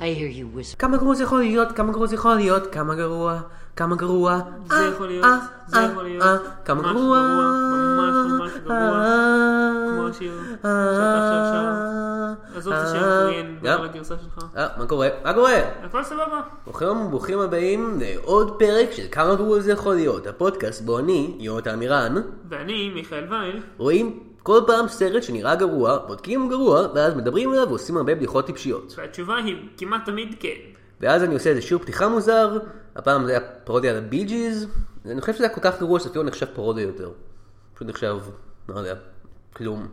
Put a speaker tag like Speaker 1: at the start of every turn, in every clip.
Speaker 1: I hear you whisper.
Speaker 2: כמה גרוע זה יכול להיות, כמה גרוע זה יכול להיות, כמה גרוע, כמה גרוע.
Speaker 3: זה
Speaker 2: אה,
Speaker 3: יכול להיות,
Speaker 2: אה,
Speaker 3: זה
Speaker 2: אה,
Speaker 3: יכול להיות.
Speaker 2: אה, כמה
Speaker 3: ממש
Speaker 2: גרוע.
Speaker 3: גרוע, ממש ממש גרוע.
Speaker 2: אה,
Speaker 3: כמו השיר שאתה
Speaker 2: אה,
Speaker 3: עכשיו שר. עזוב את השיר
Speaker 2: אה,
Speaker 3: הקוריאן,
Speaker 2: גם.
Speaker 3: בגלל הגרסה שלך.
Speaker 2: אה, מה קורה? מה קורה?
Speaker 3: הכל סבבה.
Speaker 2: ברוכים וברוכים הבאים לעוד פרק של כמה גרוע זה יכול להיות, הפודקאסט בו אני, יונתן מירן,
Speaker 3: ואני, מיכאל וייל,
Speaker 2: רואים כל פעם סרט שנראה גרוע, בודקים גרוע, ואז מדברים עליו ועושים הרבה בדיחות טיפשיות.
Speaker 3: והתשובה היא כמעט תמיד כן.
Speaker 2: ואז אני עושה איזה שיר פתיחה מוזר, הפעם זה היה פרודיה על הבי ג'יז, אני חושב שזה היה כל כך גרוע שזה אפילו נחשב פרודיה יותר. פשוט נחשב, לא יודע, כלום.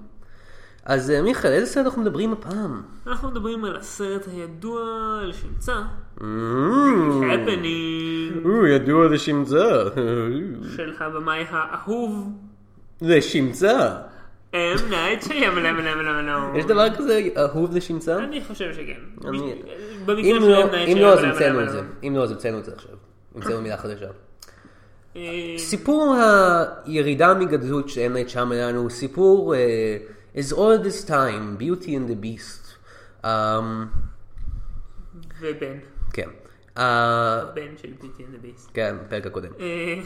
Speaker 2: אז אה, מיכאל, איזה סרט אנחנו מדברים הפעם?
Speaker 3: אנחנו מדברים על הסרט הידוע לשמצה,
Speaker 2: אמ,
Speaker 3: הפנינג,
Speaker 2: הוא Mm-hmm. ידוע לשמצה.
Speaker 3: של הבמאי האהוב,
Speaker 2: לשמצה.
Speaker 3: אם נייט שיאמלמלמלמלום.
Speaker 2: יש דבר כזה אהוב לשמצה?
Speaker 3: אני חושב שכן.
Speaker 2: אני-
Speaker 3: במקרה
Speaker 2: אם
Speaker 3: של
Speaker 2: לא,
Speaker 3: M. Night
Speaker 2: אם לא, אז
Speaker 3: Shyamalan,
Speaker 2: המצאנו את זה. אם לא, אז המצאנו את זה עכשיו. המצאנו מילה חדשה.
Speaker 3: אה,
Speaker 2: סיפור הירידה מגדלות של אמנייט שמלן הוא סיפור אה, as old as time, beauty and the beast. אמ,
Speaker 3: ובן,
Speaker 2: כן. אה,
Speaker 3: הבן של ביטי אנד הביס.
Speaker 2: כן, בפרק הקודם.
Speaker 3: אה,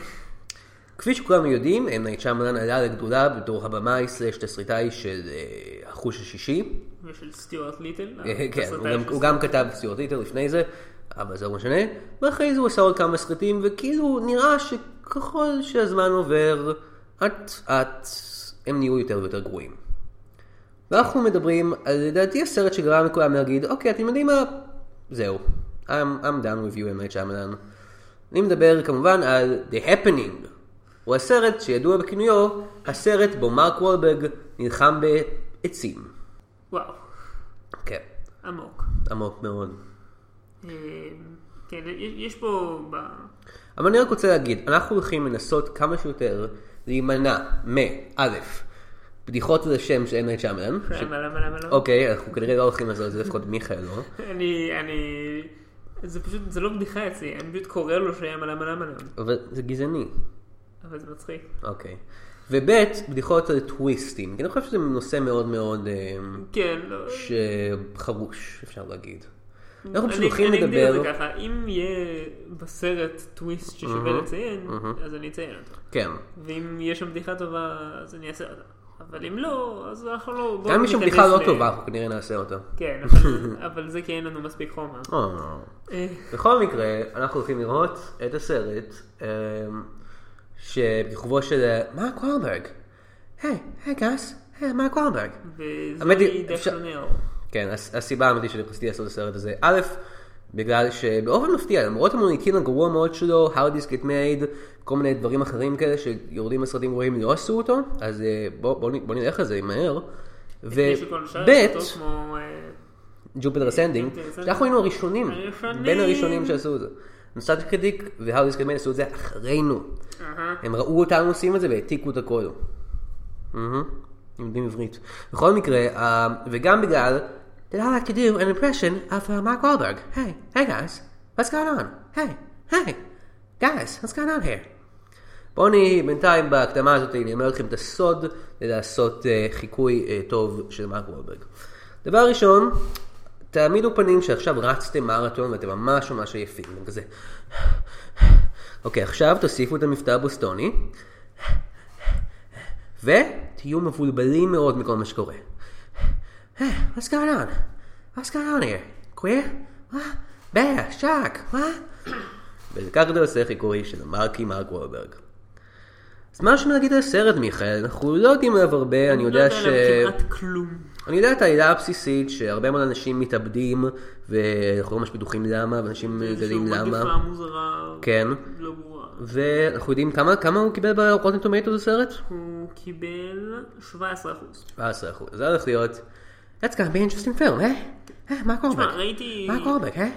Speaker 2: כפי שכולנו יודעים, אמנייט שמלן עלה לגדולה בתור הבמאי סלאש תסריטאי של אה, החוש השישי.
Speaker 3: ושל סטיוארט ליטל.
Speaker 2: אה, כן, הוא
Speaker 3: הסרטאי
Speaker 2: גם-
Speaker 3: של
Speaker 2: הוא גם כתב סיוט ליטר לפני זה, אבל זה לא משנה. ואחרי זה הוא עשה עוד כמה סרטים, וכאילו נראה שככל שהזמן עובר, אט אט הם נהיו יותר ויותר גרועים. ואנחנו מדברים על לדעתי הסרט שגרם לכולם להגיד, אוקיי, אתם יודעים מה? זהו. I'm, I'm done with you, אמת שמלן. אני מדבר כמובן על The Happening. הוא הסרט שידוע בכינויו, הסרט בו מרק וולברג נלחם בעצים.
Speaker 3: וואו,
Speaker 2: כן,
Speaker 3: עמוק.
Speaker 2: עמוק מאוד.
Speaker 3: אה, כן, יש יש פה... ב-
Speaker 2: אבל אני רק רוצה להגיד, אנחנו הולכים לנסות כמה שיותר להימנע מ-א', בדיחות לשם שאין להם שם אין. ש-
Speaker 3: למה, למה, למה לא?
Speaker 2: אוקיי, אנחנו כנראה לא הולכים לעשות את זה, לפחות מיכאל לא.
Speaker 3: אני, אני... זה פשוט, זה לא בדיחה אצלי, אני פשוט קורא לו שהיה מלא מלא מלא,
Speaker 2: אבל זה גזעני,
Speaker 3: אבל זה מצחיק.
Speaker 2: אוקיי. וב', בדיחות על טוויסטים, כי אני חושב שזה נושא מאוד מאוד אה,
Speaker 3: כן, לא...
Speaker 2: שחרוש, אפשר להגיד. אנחנו פשוט
Speaker 3: אני-
Speaker 2: הולכים
Speaker 3: אני אגדיר את
Speaker 2: לדבר,
Speaker 3: זה ככה, אם יהיה בסרט טוויסט ששווה לציין, אז אני אציין אותו.
Speaker 2: כן.
Speaker 3: ואם יש שם בדיחה טובה, אז אני אעשה אותה. אבל אם לא, אז אנחנו לא... בואו
Speaker 2: גם אם יש שם
Speaker 3: ניכנס
Speaker 2: בדיחה לא
Speaker 3: ל-
Speaker 2: טובה, אנחנו כנראה נעשה אותה.
Speaker 3: כן, אבל- אבל זה כי אין לנו מספיק חומר.
Speaker 2: אה.
Speaker 3: אה,
Speaker 2: בכל מקרה, אנחנו הולכים לראות את הסרט אמ, שבכיכובו של אה, מרק וולברג. היי, היי גאס, היי מרק וולברג. האמת
Speaker 3: וזוהי
Speaker 2: היא, אפשר-
Speaker 3: דפנר.
Speaker 2: כן, הס- הסיבה האמיתית שאני רציתי לעשות את הסרט הזה, א', בגלל שבאופן מפתיע, למרות המוניטין הגרוע מאוד שלו, How This Get Made, כל מיני דברים אחרים כאלה שיורדים לסרטים גרועים לא עשו אותו, אז אה, בוא- בוא נ- בוא נלך לזה מהר.
Speaker 3: מישהו כל השאר
Speaker 2: וב',
Speaker 3: אותו כמו... אה,
Speaker 2: ג'ופיטר אסנדינג,
Speaker 3: Jupiter Ascending.
Speaker 2: שאנחנו היינו הראשונים,
Speaker 3: הראשונים.
Speaker 2: בין הראשונים שעשו את זה. נוסד קדיק והאודיס קדמן עשו את זה אחרינו.
Speaker 3: אהה.
Speaker 2: הם ראו אותנו עושים את זה והעתיקו את הכל. מהמם. לומדים עברית. בכל מקרה, אה, וגם בגלל, did I like to do an impression of uh, Mark Wahlberg? Hey, hey guys, what's going on? Hey, hey, guys, what's going on here? בואו אני בינתיים בהקדמה הזאת אני אומר לכם את הסוד לעשות אה, חיקוי אה, טוב של מרק וולברג. דבר ראשון, תעמידו פנים שעכשיו רצתם מרתון ואתם ממש ממש עייפים, אתם כזה. אוקיי, עכשיו תוסיפו את המבטא הבוסטוני, ותהיו מבולבלים מאוד מכל מה שקורה. Hey, what's going on? What's going on here? queer? What? bear? shark? What? וכך זה עושה חיקוי של מרקי מרק וולברג. אז מה יש לנו להגיד על הסרט, מיכאל? אנחנו לא יודעים עליו הרבה, אני יודע ש...
Speaker 3: לא יודע עליו כמעט כלום.
Speaker 2: אני יודע את העילה הבסיסית שהרבה מאוד אנשים מתאבדים ואנחנו לא ממש בטוחים למה ואנשים גדלים
Speaker 3: איזושהי
Speaker 2: למה.
Speaker 3: מגפה כאילו, מוזרה,
Speaker 2: כן.
Speaker 3: לא ברורה.
Speaker 2: ואנחנו יודעים כמה, כמה הוא קיבל ברוטן טומטו הסרט?
Speaker 3: הוא קיבל 17 אחוז.
Speaker 2: 17%. זה הולך להיות... That's gonna be interesting film, אה? אה, מה
Speaker 3: תשמע,
Speaker 2: קורבק?
Speaker 3: ראיתי,
Speaker 2: מה קורבק, אה?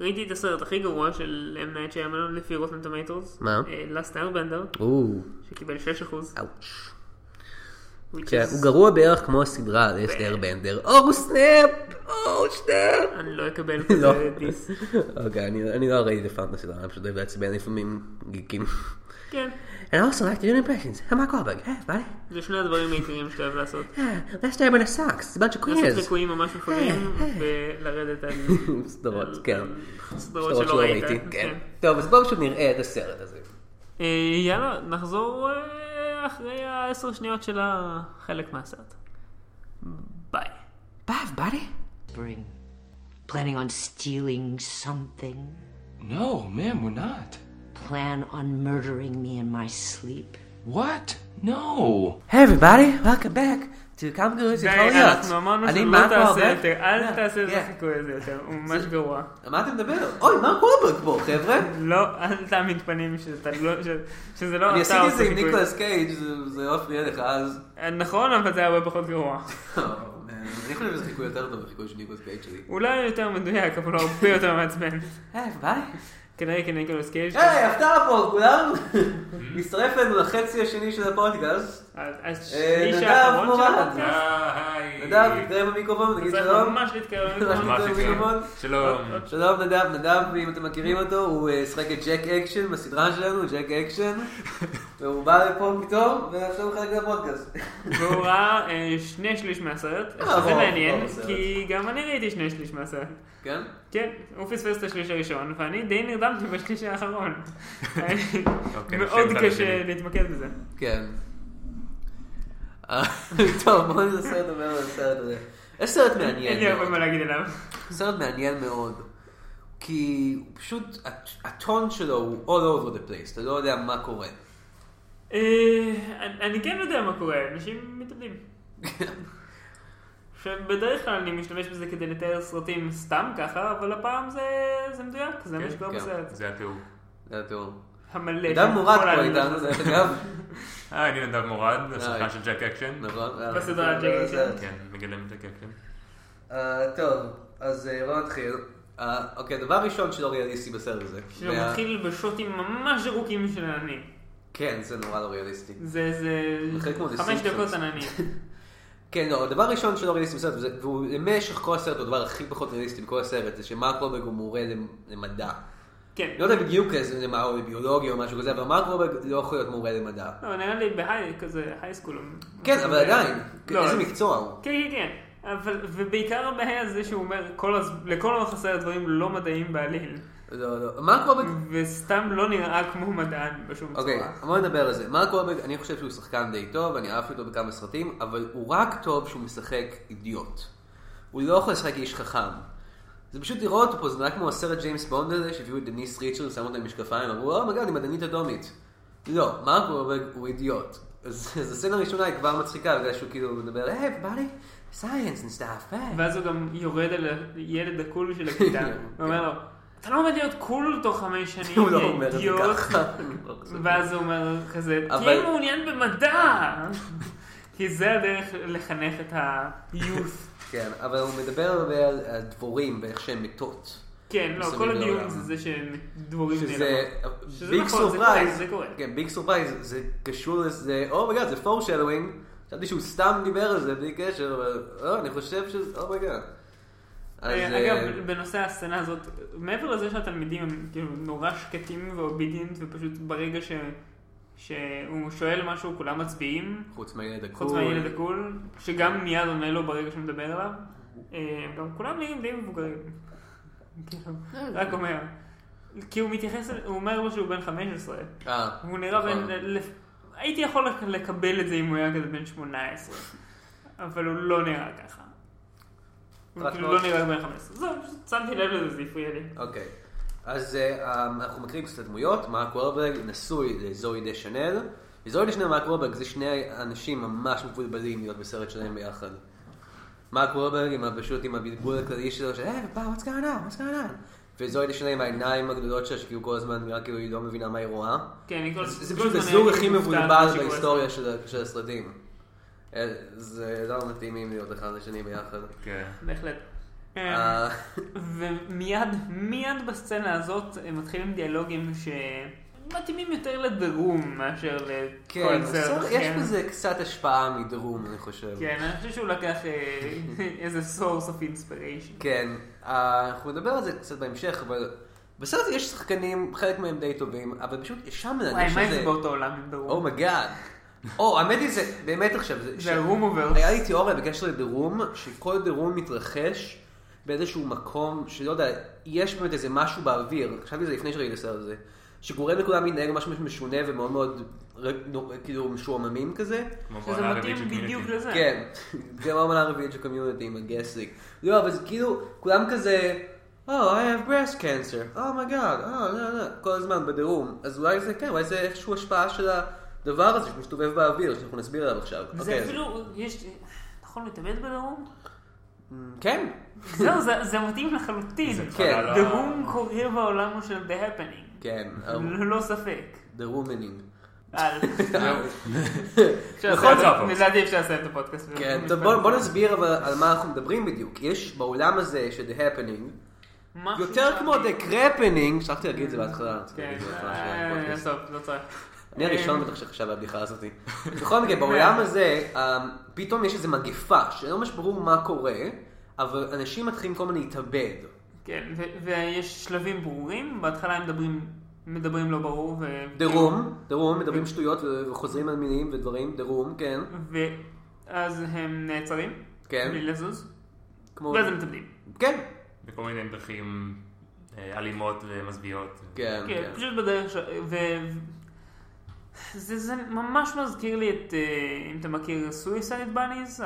Speaker 3: ראיתי את הסרט הכי גרוע של M. Night Shyamalan לפי רוטן טומטוס.
Speaker 2: מה?
Speaker 3: Last Airbender,
Speaker 2: או,
Speaker 3: שקיבל 6 אחוז.
Speaker 2: אאוץ'.
Speaker 3: which
Speaker 2: כן,
Speaker 3: is-
Speaker 2: הוא גרוע בערך כמו הסדרה על Oh, אסתר בנדר. אוהו סנאפ! אוהו סנאפ!
Speaker 3: אני לא אקבל
Speaker 2: Oh, לא.
Speaker 3: כזה דיס.
Speaker 2: אוקיי, אני אני לא ראיתי פעם את הסדרה, אני פשוט אוהב לעצבן לפעמים גיקים.
Speaker 3: כן,
Speaker 2: And I also like to do impressions. אה, I'm Mark Wahlberg. Hey, buddy.
Speaker 3: זה שני הדברים העיקריים שאתה אוהב לעשות.
Speaker 2: Yeah, אה, last time when it sucks. It's a bunch of
Speaker 3: לעשות
Speaker 2: queers.
Speaker 3: חיקויים ממש מפגרים,
Speaker 2: היי.
Speaker 3: ולרדת על
Speaker 2: סדרות,
Speaker 3: על-
Speaker 2: כן.
Speaker 3: על
Speaker 2: סדרות
Speaker 3: אה, סדרות שלא ראית.
Speaker 2: כן.
Speaker 3: כן.
Speaker 2: טוב, אז בואו פשוט נראה את הסרט הזה.
Speaker 3: אה, יאללה, נחזור אה, אחרי העשר שניות של החלק מהסרט. ביי.
Speaker 2: Bav, buddy.
Speaker 1: Bring. Planning on stealing something?
Speaker 4: No, ma'am, we're not.
Speaker 1: Plan on murdering me in my sleep?
Speaker 4: What? No.
Speaker 2: Hey, everybody. Welcome back to Come Girls
Speaker 3: די,
Speaker 2: It's Hollywood.
Speaker 3: אנחנו אמרנו
Speaker 2: אני
Speaker 3: שלא
Speaker 2: מרק וולברג.
Speaker 3: תעשה יותר, אל תעשה את
Speaker 2: כן.
Speaker 3: החיקוי הזה יותר, הוא ממש גרוע.
Speaker 2: על מה אתה מדבר? אוי, מרק וולברג פה, חבר'ה.
Speaker 3: לא, אל תעמיד פנים שאתה לא- ש- שזה לא
Speaker 2: אני
Speaker 3: אתה
Speaker 2: עשיתי את
Speaker 3: עושה
Speaker 2: זה עם
Speaker 3: חיקוי.
Speaker 2: ניקולס קייג', זה- זה לא הפריע לך אז. אה,
Speaker 3: אה, נכון, אבל זה הרבה פחות גרוע.
Speaker 2: אני חושב שזה חיקוי יותר טוב מחיקוי של ניקולס קייג' שלי.
Speaker 3: אולי לא יותר מדויק, אבל הוא הרבה יותר מעצבן.
Speaker 2: היי, ביי.
Speaker 3: כנראה כניקולוס קייג'.
Speaker 2: היי, הפתעה פה, כולם. מצטרף אלינו לחצי השני של הפודקאסט.
Speaker 3: אז- אז
Speaker 2: אה,
Speaker 3: שליש
Speaker 2: נדב
Speaker 3: האחרון של
Speaker 2: מורן.
Speaker 3: הפודקאסט, אה.
Speaker 2: נדב,
Speaker 5: היי.
Speaker 2: תתקרב במיקרופון,
Speaker 3: אתה
Speaker 2: תגיד
Speaker 3: צריך
Speaker 2: שלום.
Speaker 3: ממש להתקרב.
Speaker 2: ממש
Speaker 3: למיקרופון.
Speaker 5: מה
Speaker 2: מיקרופון?
Speaker 5: שקרה? שלום.
Speaker 2: שלום נדב, נדב, אם אתם מכירים אותו, הוא אה, שחק את ג'ק אקשן בסדרה שלנו, ג'ק אקשן, והוא בא לפה פתאום, ועכשיו הוא חלק מהפודקאסט.
Speaker 3: והוא ראה אה, שני שליש מהסרט,
Speaker 2: אה,
Speaker 3: שזה
Speaker 2: וואו,
Speaker 3: מעניין,
Speaker 2: וואו, בסרט.
Speaker 3: כי גם אני ראיתי שני שליש מהסרט.
Speaker 2: כן?
Speaker 3: כן, הוא פספס את השליש הראשון, ואני די נרדמתי בשליש האחרון.
Speaker 2: אה,
Speaker 5: אוקיי,
Speaker 3: מאוד
Speaker 5: שם
Speaker 3: קשה
Speaker 5: צד
Speaker 3: להתמקד בזה.
Speaker 2: כן. אה, טוב, בואו ננסה לדבר על הסרט הזה. יש סרט
Speaker 3: אין לי
Speaker 2: מעניין.
Speaker 3: הרבה מה להגיד עליו.
Speaker 2: סרט מעניין מאוד. כי הוא פשוט, הט- הטון שלו הוא all over the place, אתה לא יודע מה קורה.
Speaker 3: אה, אני- אני כן יודע מה קורה, אנשים מתאבדים. שבדרך כלל אני משתמש בזה כדי לתאר סרטים סתם ככה, אבל הפעם זה- זה מדויק, זה מה
Speaker 5: כן,
Speaker 3: שקורה
Speaker 2: כן.
Speaker 3: בסרט.
Speaker 5: זה התיאור.
Speaker 2: זה התיאור.
Speaker 3: המלא.
Speaker 2: אדם
Speaker 3: של
Speaker 2: מורד
Speaker 3: כל
Speaker 2: פה
Speaker 3: האלימות
Speaker 2: איתנו,
Speaker 3: הזאת.
Speaker 2: דרך אגב.
Speaker 5: אה, אני נדב מורד,
Speaker 2: היי.
Speaker 5: השחקן של ג'ק אקשן.
Speaker 2: נכון.
Speaker 3: בסדרה ג'ק אקשן.
Speaker 5: כן, מגלם את ג'ק אקשן.
Speaker 2: אה, טוב, אז אה, בוא נתחיל. אה, אוקיי, הדבר הראשון שלא ריאליסטי בסרט הזה.
Speaker 3: שהוא
Speaker 2: וה-
Speaker 3: מתחיל בשוטים ממש ארוכים של עננים.
Speaker 2: כן, זה נורא לא ריאליסטי.
Speaker 3: זה
Speaker 2: מתחיל
Speaker 3: זה
Speaker 2: כמו The
Speaker 3: חמש
Speaker 2: Simpsons.
Speaker 3: דקות עננים.
Speaker 2: כן, לא, הדבר הראשון שלא ריאליסטי בסרט, וזה- והוא למשך כל הסרט, הוא הדבר הכי פחות ריאליסטי בכל הסרט, זה שמרק רוברג הוא מורה למ- למדע.
Speaker 3: כן.
Speaker 2: לא יודע בדיוק איזה למה, או לביולוגיה או משהו כזה, אבל מרק רוברג לא יכול להיות מורה למדע.
Speaker 3: לא, נראה לי בהיי, כזה הייסקול.
Speaker 2: כן, אבל עדיין,
Speaker 3: לא,
Speaker 2: איזה
Speaker 3: אז-
Speaker 2: מקצוע הוא.
Speaker 3: כן, כן, כן. אבל, ובעיקר הבעיה זה שהוא אומר, כל הז... לכל אורך הסרט דברים לא מדעיים בעליל.
Speaker 2: לא, לא. מרק רוברג,
Speaker 3: וסתם לא נראה כמו מדען בשום
Speaker 2: אוקיי,
Speaker 3: צורה.
Speaker 2: בוא נדבר על זה. מרק רוברג, אני חושב שהוא שחקן די טוב, אני אהבתי אותו בכמה סרטים, אבל הוא רק טוב שהוא משחק אידיוט. הוא לא יכול לשחק איש חכם. זה פשוט לראות אותו פה, זה נראה כמו הסרט ג'יימס בונד הזה, שהביאו את דניס ריצ'רד, שמו אותה עם משקפיים, אמרו, "Oh אומייגאד, היא מדענית אדומית. לא, מרק רוברג הוא אידיוט. אז אז הסצנה הראשונה היא כבר מצחיקה, בגלל שהוא כאילו מדבר, היי, באלי, סייאנס נסטאפ,
Speaker 3: ואז הוא גם יורד על הילד הקול של הכיתה, ואומר לו, אתה לא עומד להיות קול תוך חמש שנים,
Speaker 2: כן. הוא
Speaker 3: יא
Speaker 2: לא אומר את זה
Speaker 3: אידיוט."
Speaker 2: ככה. אני לא חושב.
Speaker 3: ואז הוא אומר כזה,
Speaker 2: אבל-
Speaker 3: תהיה מעוניין במדע! כי זה הדרך לחנך את ה-youth.
Speaker 2: כן, אבל הוא מדבר הרבה על הדבורים ואיך שהן מתות.
Speaker 3: כן, לא,
Speaker 2: מסביב
Speaker 3: כל
Speaker 2: לעולם.
Speaker 3: הדיון זה זה שהם דבורים
Speaker 2: שזה
Speaker 3: נעלמים. שזה
Speaker 2: ביג
Speaker 3: נכון, זה קורה,
Speaker 2: סורפרייז,
Speaker 3: זה קורה.
Speaker 2: כן, ביג סורפרייז, זה קשור לזה, אומייגאד, זה פורשלווינג, חשבתי שהוא סתם דיבר על זה בלי קשר, אבל לא, אני חושב שזה, אומייגאד. אז,
Speaker 3: אה,
Speaker 2: אה,
Speaker 3: אגב, בנושא הסצנה הזאת, מעבר לזה שהתלמידים הם כאילו נורא שקטים ואובידינט, ופשוט ברגע ש... שהוא שואל משהו כולם מצביעים,
Speaker 2: חוץ מהילד
Speaker 3: חוץ
Speaker 2: הקול,
Speaker 3: מהילד הקול, שגם מיד עונה לו ברגע שהוא מדבר אליו, אה, גם כולם נראים די מבוגרים. כאילו, רק אומר. כי הוא מתייחס, אל- הוא אומר לו שהוא בן 15.
Speaker 2: אה,
Speaker 3: הוא נראה
Speaker 2: נכון.
Speaker 3: בן... לפ- הייתי יכול לק- לקבל את זה אם הוא היה כזה בן 18. אבל הוא לא נראה ככה. הוא
Speaker 2: רק
Speaker 3: כאילו
Speaker 2: מאוד.
Speaker 3: לא נראה בן 15. זהו, פשוט שמתי לב לזה, זה הפריע לי.
Speaker 2: אוקיי. אז אה, אנחנו מכירים קצת דמויות, מרק וורברג נשוי לזוהי דה שנל. זוהי דה שנל ומרק וורברג זה שני אנשים ממש מבולבלים להיות בסרט שלהם ביחד. מרק וורברג עם ה- פשוט עם הבלבול הכללי שלו של היי, פעם, what's going on? what's going on? וזוהי דה שנל עם העיניים הגדולות שלה שכאילו כל הזמן נראה כאילו היא לא מבינה מה היא רואה.
Speaker 3: כן, אני כל-
Speaker 2: זה
Speaker 3: כל כאילו
Speaker 2: פשוט
Speaker 3: הזמן
Speaker 2: הזוג
Speaker 3: הייתי
Speaker 2: הכי
Speaker 3: מופתע
Speaker 2: מבולבל
Speaker 3: ממה שקורה.
Speaker 2: בהיסטוריה של של הסרטים. אה, זה לא מתאימים להיות אחד לשני ביחד.
Speaker 5: כן.
Speaker 3: בהחלט. אה,
Speaker 2: אה,
Speaker 3: אה, ומיד, מיד בסצנה הזאת הם מתחילים דיאלוגים ש... מתאימים יותר לדרום מאשר
Speaker 2: כן,
Speaker 3: לכל סרט.
Speaker 2: בסדר, יש
Speaker 3: אחר.
Speaker 2: בזה קצת השפעה מדרום, אני חושב.
Speaker 3: כן, אני חושב שהוא לקח אה, איזה source of inspiration.
Speaker 2: כן, אה, אנחנו נדבר על זה קצת בהמשך, אבל בסרט יש שחקנים, חלק מהם די טובים, אבל פשוט שם
Speaker 3: וואי,
Speaker 2: להרגיש
Speaker 3: מה
Speaker 2: שזה...
Speaker 3: זה באותו עולם עם דרום?
Speaker 2: אומייגאד. oh או, האמת היא זה, באמת עכשיו, זה... ש-
Speaker 3: זה הרום עובר.
Speaker 2: היה לי תיאוריה בקשר לדרום, שכל דרום מתרחש באיזשהו מקום, שלא יודע, יש באמת איזה משהו באוויר, חשבתי על זה לפני שראיתי את הסרט הזה, שגורם לכולם להתנהג ממש משונה ומאוד מאוד, ר- נו, כאילו, משועממים כזה.
Speaker 5: כמו
Speaker 3: שזה
Speaker 5: בעונה הרביעית של
Speaker 3: מתאים
Speaker 5: קומיוניטי.
Speaker 3: בדיוק לזה.
Speaker 2: כן, זה המאמנה הרביעית של קומיוניטי עם הגסליק. לא, אבל זה כאילו, כולם כזה, Oh, I have breast cancer, Oh my god, oh, no, no, כל הזמן בדירום. אז אולי זה, כן, אולי זה איכשהו השפעה של הדבר הזה שמסתובב באוויר, שאנחנו נסביר עליו עכשיו. אוקיי,
Speaker 3: זה
Speaker 2: אז-
Speaker 3: אפילו, יש... נכון, מתאבד בדרום?
Speaker 2: כן,
Speaker 3: זהו, זה- זה מתאים לחלוטין.
Speaker 5: זה
Speaker 2: כן.
Speaker 5: חלל ה-
Speaker 3: דרום קורה בעולם של The Happening.
Speaker 2: כן,
Speaker 3: ללא ספק.
Speaker 2: דרומנינג.
Speaker 3: על.
Speaker 5: זהו.
Speaker 3: בכל
Speaker 5: זה
Speaker 3: זאת,
Speaker 5: הפודקאסט.
Speaker 3: לדעתי אפשר לסיים את הפודקאסט.
Speaker 2: כן, טוב, בוא בוא נסביר אבל על מה אנחנו מדברים בדיוק. יש בעולם הזה של The Happening,
Speaker 3: משהו
Speaker 2: יותר
Speaker 3: שם.
Speaker 2: כמו The Crappening, שכחתי להגיד את זה בהתחלה. רציתי
Speaker 3: כן,
Speaker 2: להגיד את זה בהתחלה של
Speaker 3: אה,
Speaker 2: הפודקאסט.
Speaker 3: עזוב, לא צריך. אה,
Speaker 2: אני הראשון בטח שחשב על הבדיחה הזאת. בכל מקרה, בעולם הזה, אמ, פתאום יש איזו מגפה, שלא ממש ברור מה קורה, אבל אנשים מתחילים כל הזמן להתאבד.
Speaker 3: כן, ו- ויש שלבים ברורים, בהתחלה הם מדברים, מדברים לא ברור, ו...
Speaker 2: דרום, דרום, מדברים שטויות ו- וחוזרים על מילים ודברים, דרום, כן,
Speaker 3: ואז הם נעצרים,
Speaker 2: כן.
Speaker 3: בלי לזוז,
Speaker 2: כמו,
Speaker 3: ואז הם מתאבדים.
Speaker 2: כן,
Speaker 5: בכל מיני דרכים אה, אלימות ומזוויעות.
Speaker 2: כן,
Speaker 3: כן,
Speaker 2: כן,
Speaker 3: פשוט בדרך ש... ו... זה, זה ממש מזכיר לי את, אה, אם אתה מכיר, Suicide Bunnies,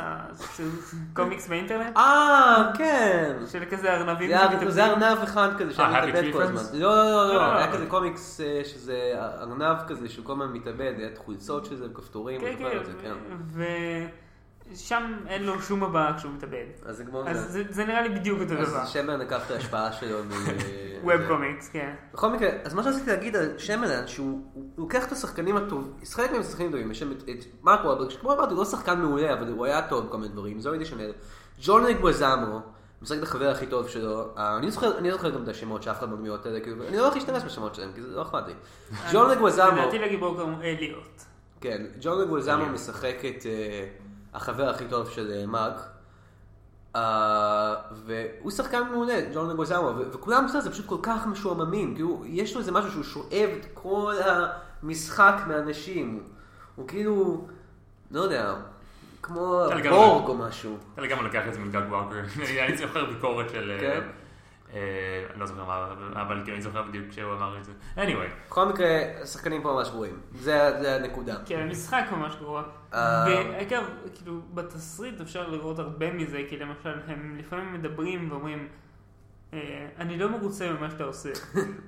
Speaker 3: קומיקס באינטרנט,
Speaker 2: אה, כן,
Speaker 3: של כזה ארנבים.
Speaker 2: זה היה-
Speaker 3: שמתאבדים.
Speaker 2: זה ארנב אחד כזה שהיה
Speaker 5: Happy
Speaker 2: מתאבד
Speaker 5: Tree
Speaker 2: כל
Speaker 5: Friends?
Speaker 2: הזמן. לא, לא, לא,
Speaker 3: לא,
Speaker 2: לא,
Speaker 3: לא,
Speaker 2: היה
Speaker 3: לא.
Speaker 2: כזה קומיקס אה, שזה ארנב כזה שהוא כל הזמן מתאבד, היה את חולצות של זה וכפתורים,
Speaker 3: כן,
Speaker 2: אני זוכר את זה,
Speaker 3: כן, ושם אין לו שום הבעה כשהוא מתאבד.
Speaker 2: כן. אז לא, זה כמו...
Speaker 3: אז זה- זה נראה לי בדיוק אותו דבר.
Speaker 2: אז שמר לקח את ההשפעה שלו מ...
Speaker 3: ווב קומיקס, כן.
Speaker 2: בכל מקרה, אז מה שרציתי להגיד על שמלן, שהוא הוא לוקח את השחקנים הטובים, חלק מהם שחקנים טובים, יש שם את, את מרק וולברג, שכמו אמרתי, הוא לא שחקן מעולה, אבל הוא היה טוב בכל מיני דברים, זוהי דשנל, ג'ון לגווזמו, משחק את החבר הכי טוב שלו, אה, אני זוכר, אני זוכר גם את השמות שאף אחד מהדמויות האלה, כאילו, אני לא הולך להשתמש בשמות שלהם, כי זה לא אכפת לי. ג'ון לגווזמו,
Speaker 3: לדעתי לגיבור קוראים אליוט.
Speaker 2: כן, ג'ון לגווזמו משחק את אה, החבר הכי טוב של אה, מרק. אה, והוא שחקן מעולה, ג'ון לגוזמו, ו- וכולם בסדר, זה פשוט כל כך משועממים, כאילו, יש לו איזה משהו שהוא שואב את כל המשחק מאנשים, הוא כאילו, לא יודע, כמו
Speaker 5: אתה לגמרי.
Speaker 2: בורג או משהו.
Speaker 5: אתה לגמרי לוקח את זה מגג וואקר. אני זוכר ביקורת של... אה,
Speaker 2: כן.
Speaker 5: אה, אני לא זוכר מה, אבל- אבל כאילו, אני זוכר בדיוק כשהוא אמר את זה. anyway,
Speaker 2: בכל מקרה, השחקנים פה ממש גרועים, זה, זה הנקודה.
Speaker 3: כן, המשחק ממש גרוע.
Speaker 2: אה.
Speaker 3: ואגב, כאילו, בתסריט אפשר לראות הרבה מזה, כי למשל, הם לפעמים מדברים ואומרים, אה, אני לא מרוצה ממה שאתה עושה.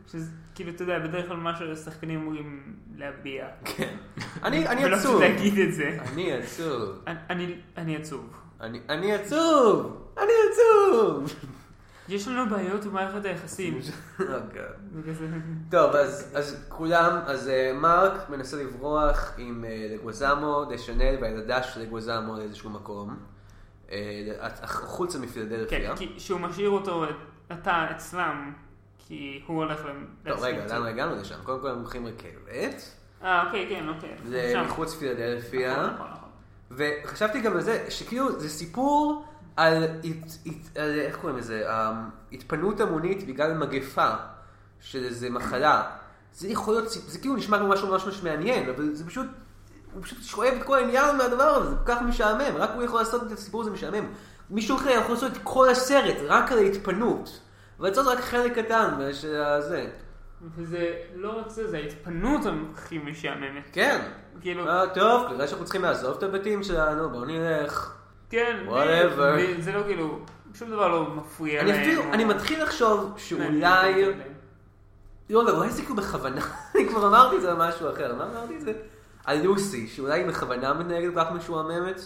Speaker 3: שזה, כאילו, אתה יודע, בדרך כלל מה שהשחקנים אמורים להביע.
Speaker 2: כן. אני, אני
Speaker 3: ולא פשוט
Speaker 2: עצוב.
Speaker 3: להגיד את זה.
Speaker 2: אני עצוב.
Speaker 3: אני- אני- אני עצוב.
Speaker 2: אני, אני עצוב! אני עצוב!
Speaker 3: יש לנו בעיות במערכת היחסים.
Speaker 2: אוקיי.
Speaker 3: זה כזה-
Speaker 2: טוב, אז, אז כולם, אז uh, מרק מנסה לברוח עם uh, לגוזמו, דשנל והילדה של לגוזמו לאיזשהו מקום, uh, חוץ
Speaker 3: כן,
Speaker 2: מפילדלפיה.
Speaker 3: כי שהוא משאיר אותו, אתה אצלם, כי הוא הולך
Speaker 2: טוב,
Speaker 3: להצליח.
Speaker 2: רגע, למה הגענו לשם? קודם כל הם הולכים רכבת,
Speaker 3: אה, אוקיי, כן, אוקיי.
Speaker 2: זה
Speaker 3: שם.
Speaker 2: מחוץ פילדלפיה,
Speaker 3: נכון, נכון, נכון.
Speaker 2: וחשבתי גם על זה, שכאילו זה סיפור על, הת, הת, על איך קוראים לזה, um, התפנות המונית בגלל מגפה של איזה מחלה. זה יכול להיות, סיפ- זה כאילו נשמע כמו משהו ממש ממש מעניין, אבל זה פשוט, הוא פשוט שואב את כל העניין מהדבר הזה, זה כל כך משעמם, רק הוא יכול לעשות את הסיפור הזה משעמם. מישהו אחר יכול לעשות את כל הסרט רק על ההתפנות, אבל זה רק חלק קטן של זה.
Speaker 3: וזה לא רק זה, זה ההתפנות הכי משעממת.
Speaker 2: כן.
Speaker 3: כאילו,
Speaker 2: אה, טוב, כנראה שאנחנו צריכים לעזוב את הבתים שלנו, בואו נלך.
Speaker 3: כן,
Speaker 2: whatever.
Speaker 3: זה- זה לא כאילו, שום דבר לא מפריע
Speaker 2: אני
Speaker 3: להם,
Speaker 2: אפילו,
Speaker 3: או-
Speaker 2: אני מתחיל לחשוב
Speaker 3: מעניין
Speaker 2: שאולי,
Speaker 3: אותם.
Speaker 2: לא, לא, אולי זה כאילו בכוונה, אני כבר אמרתי את זה על משהו אחר, מה אמרתי את זה? על לוסי, שאולי היא בכוונה מתנהגת כל כך משועממת,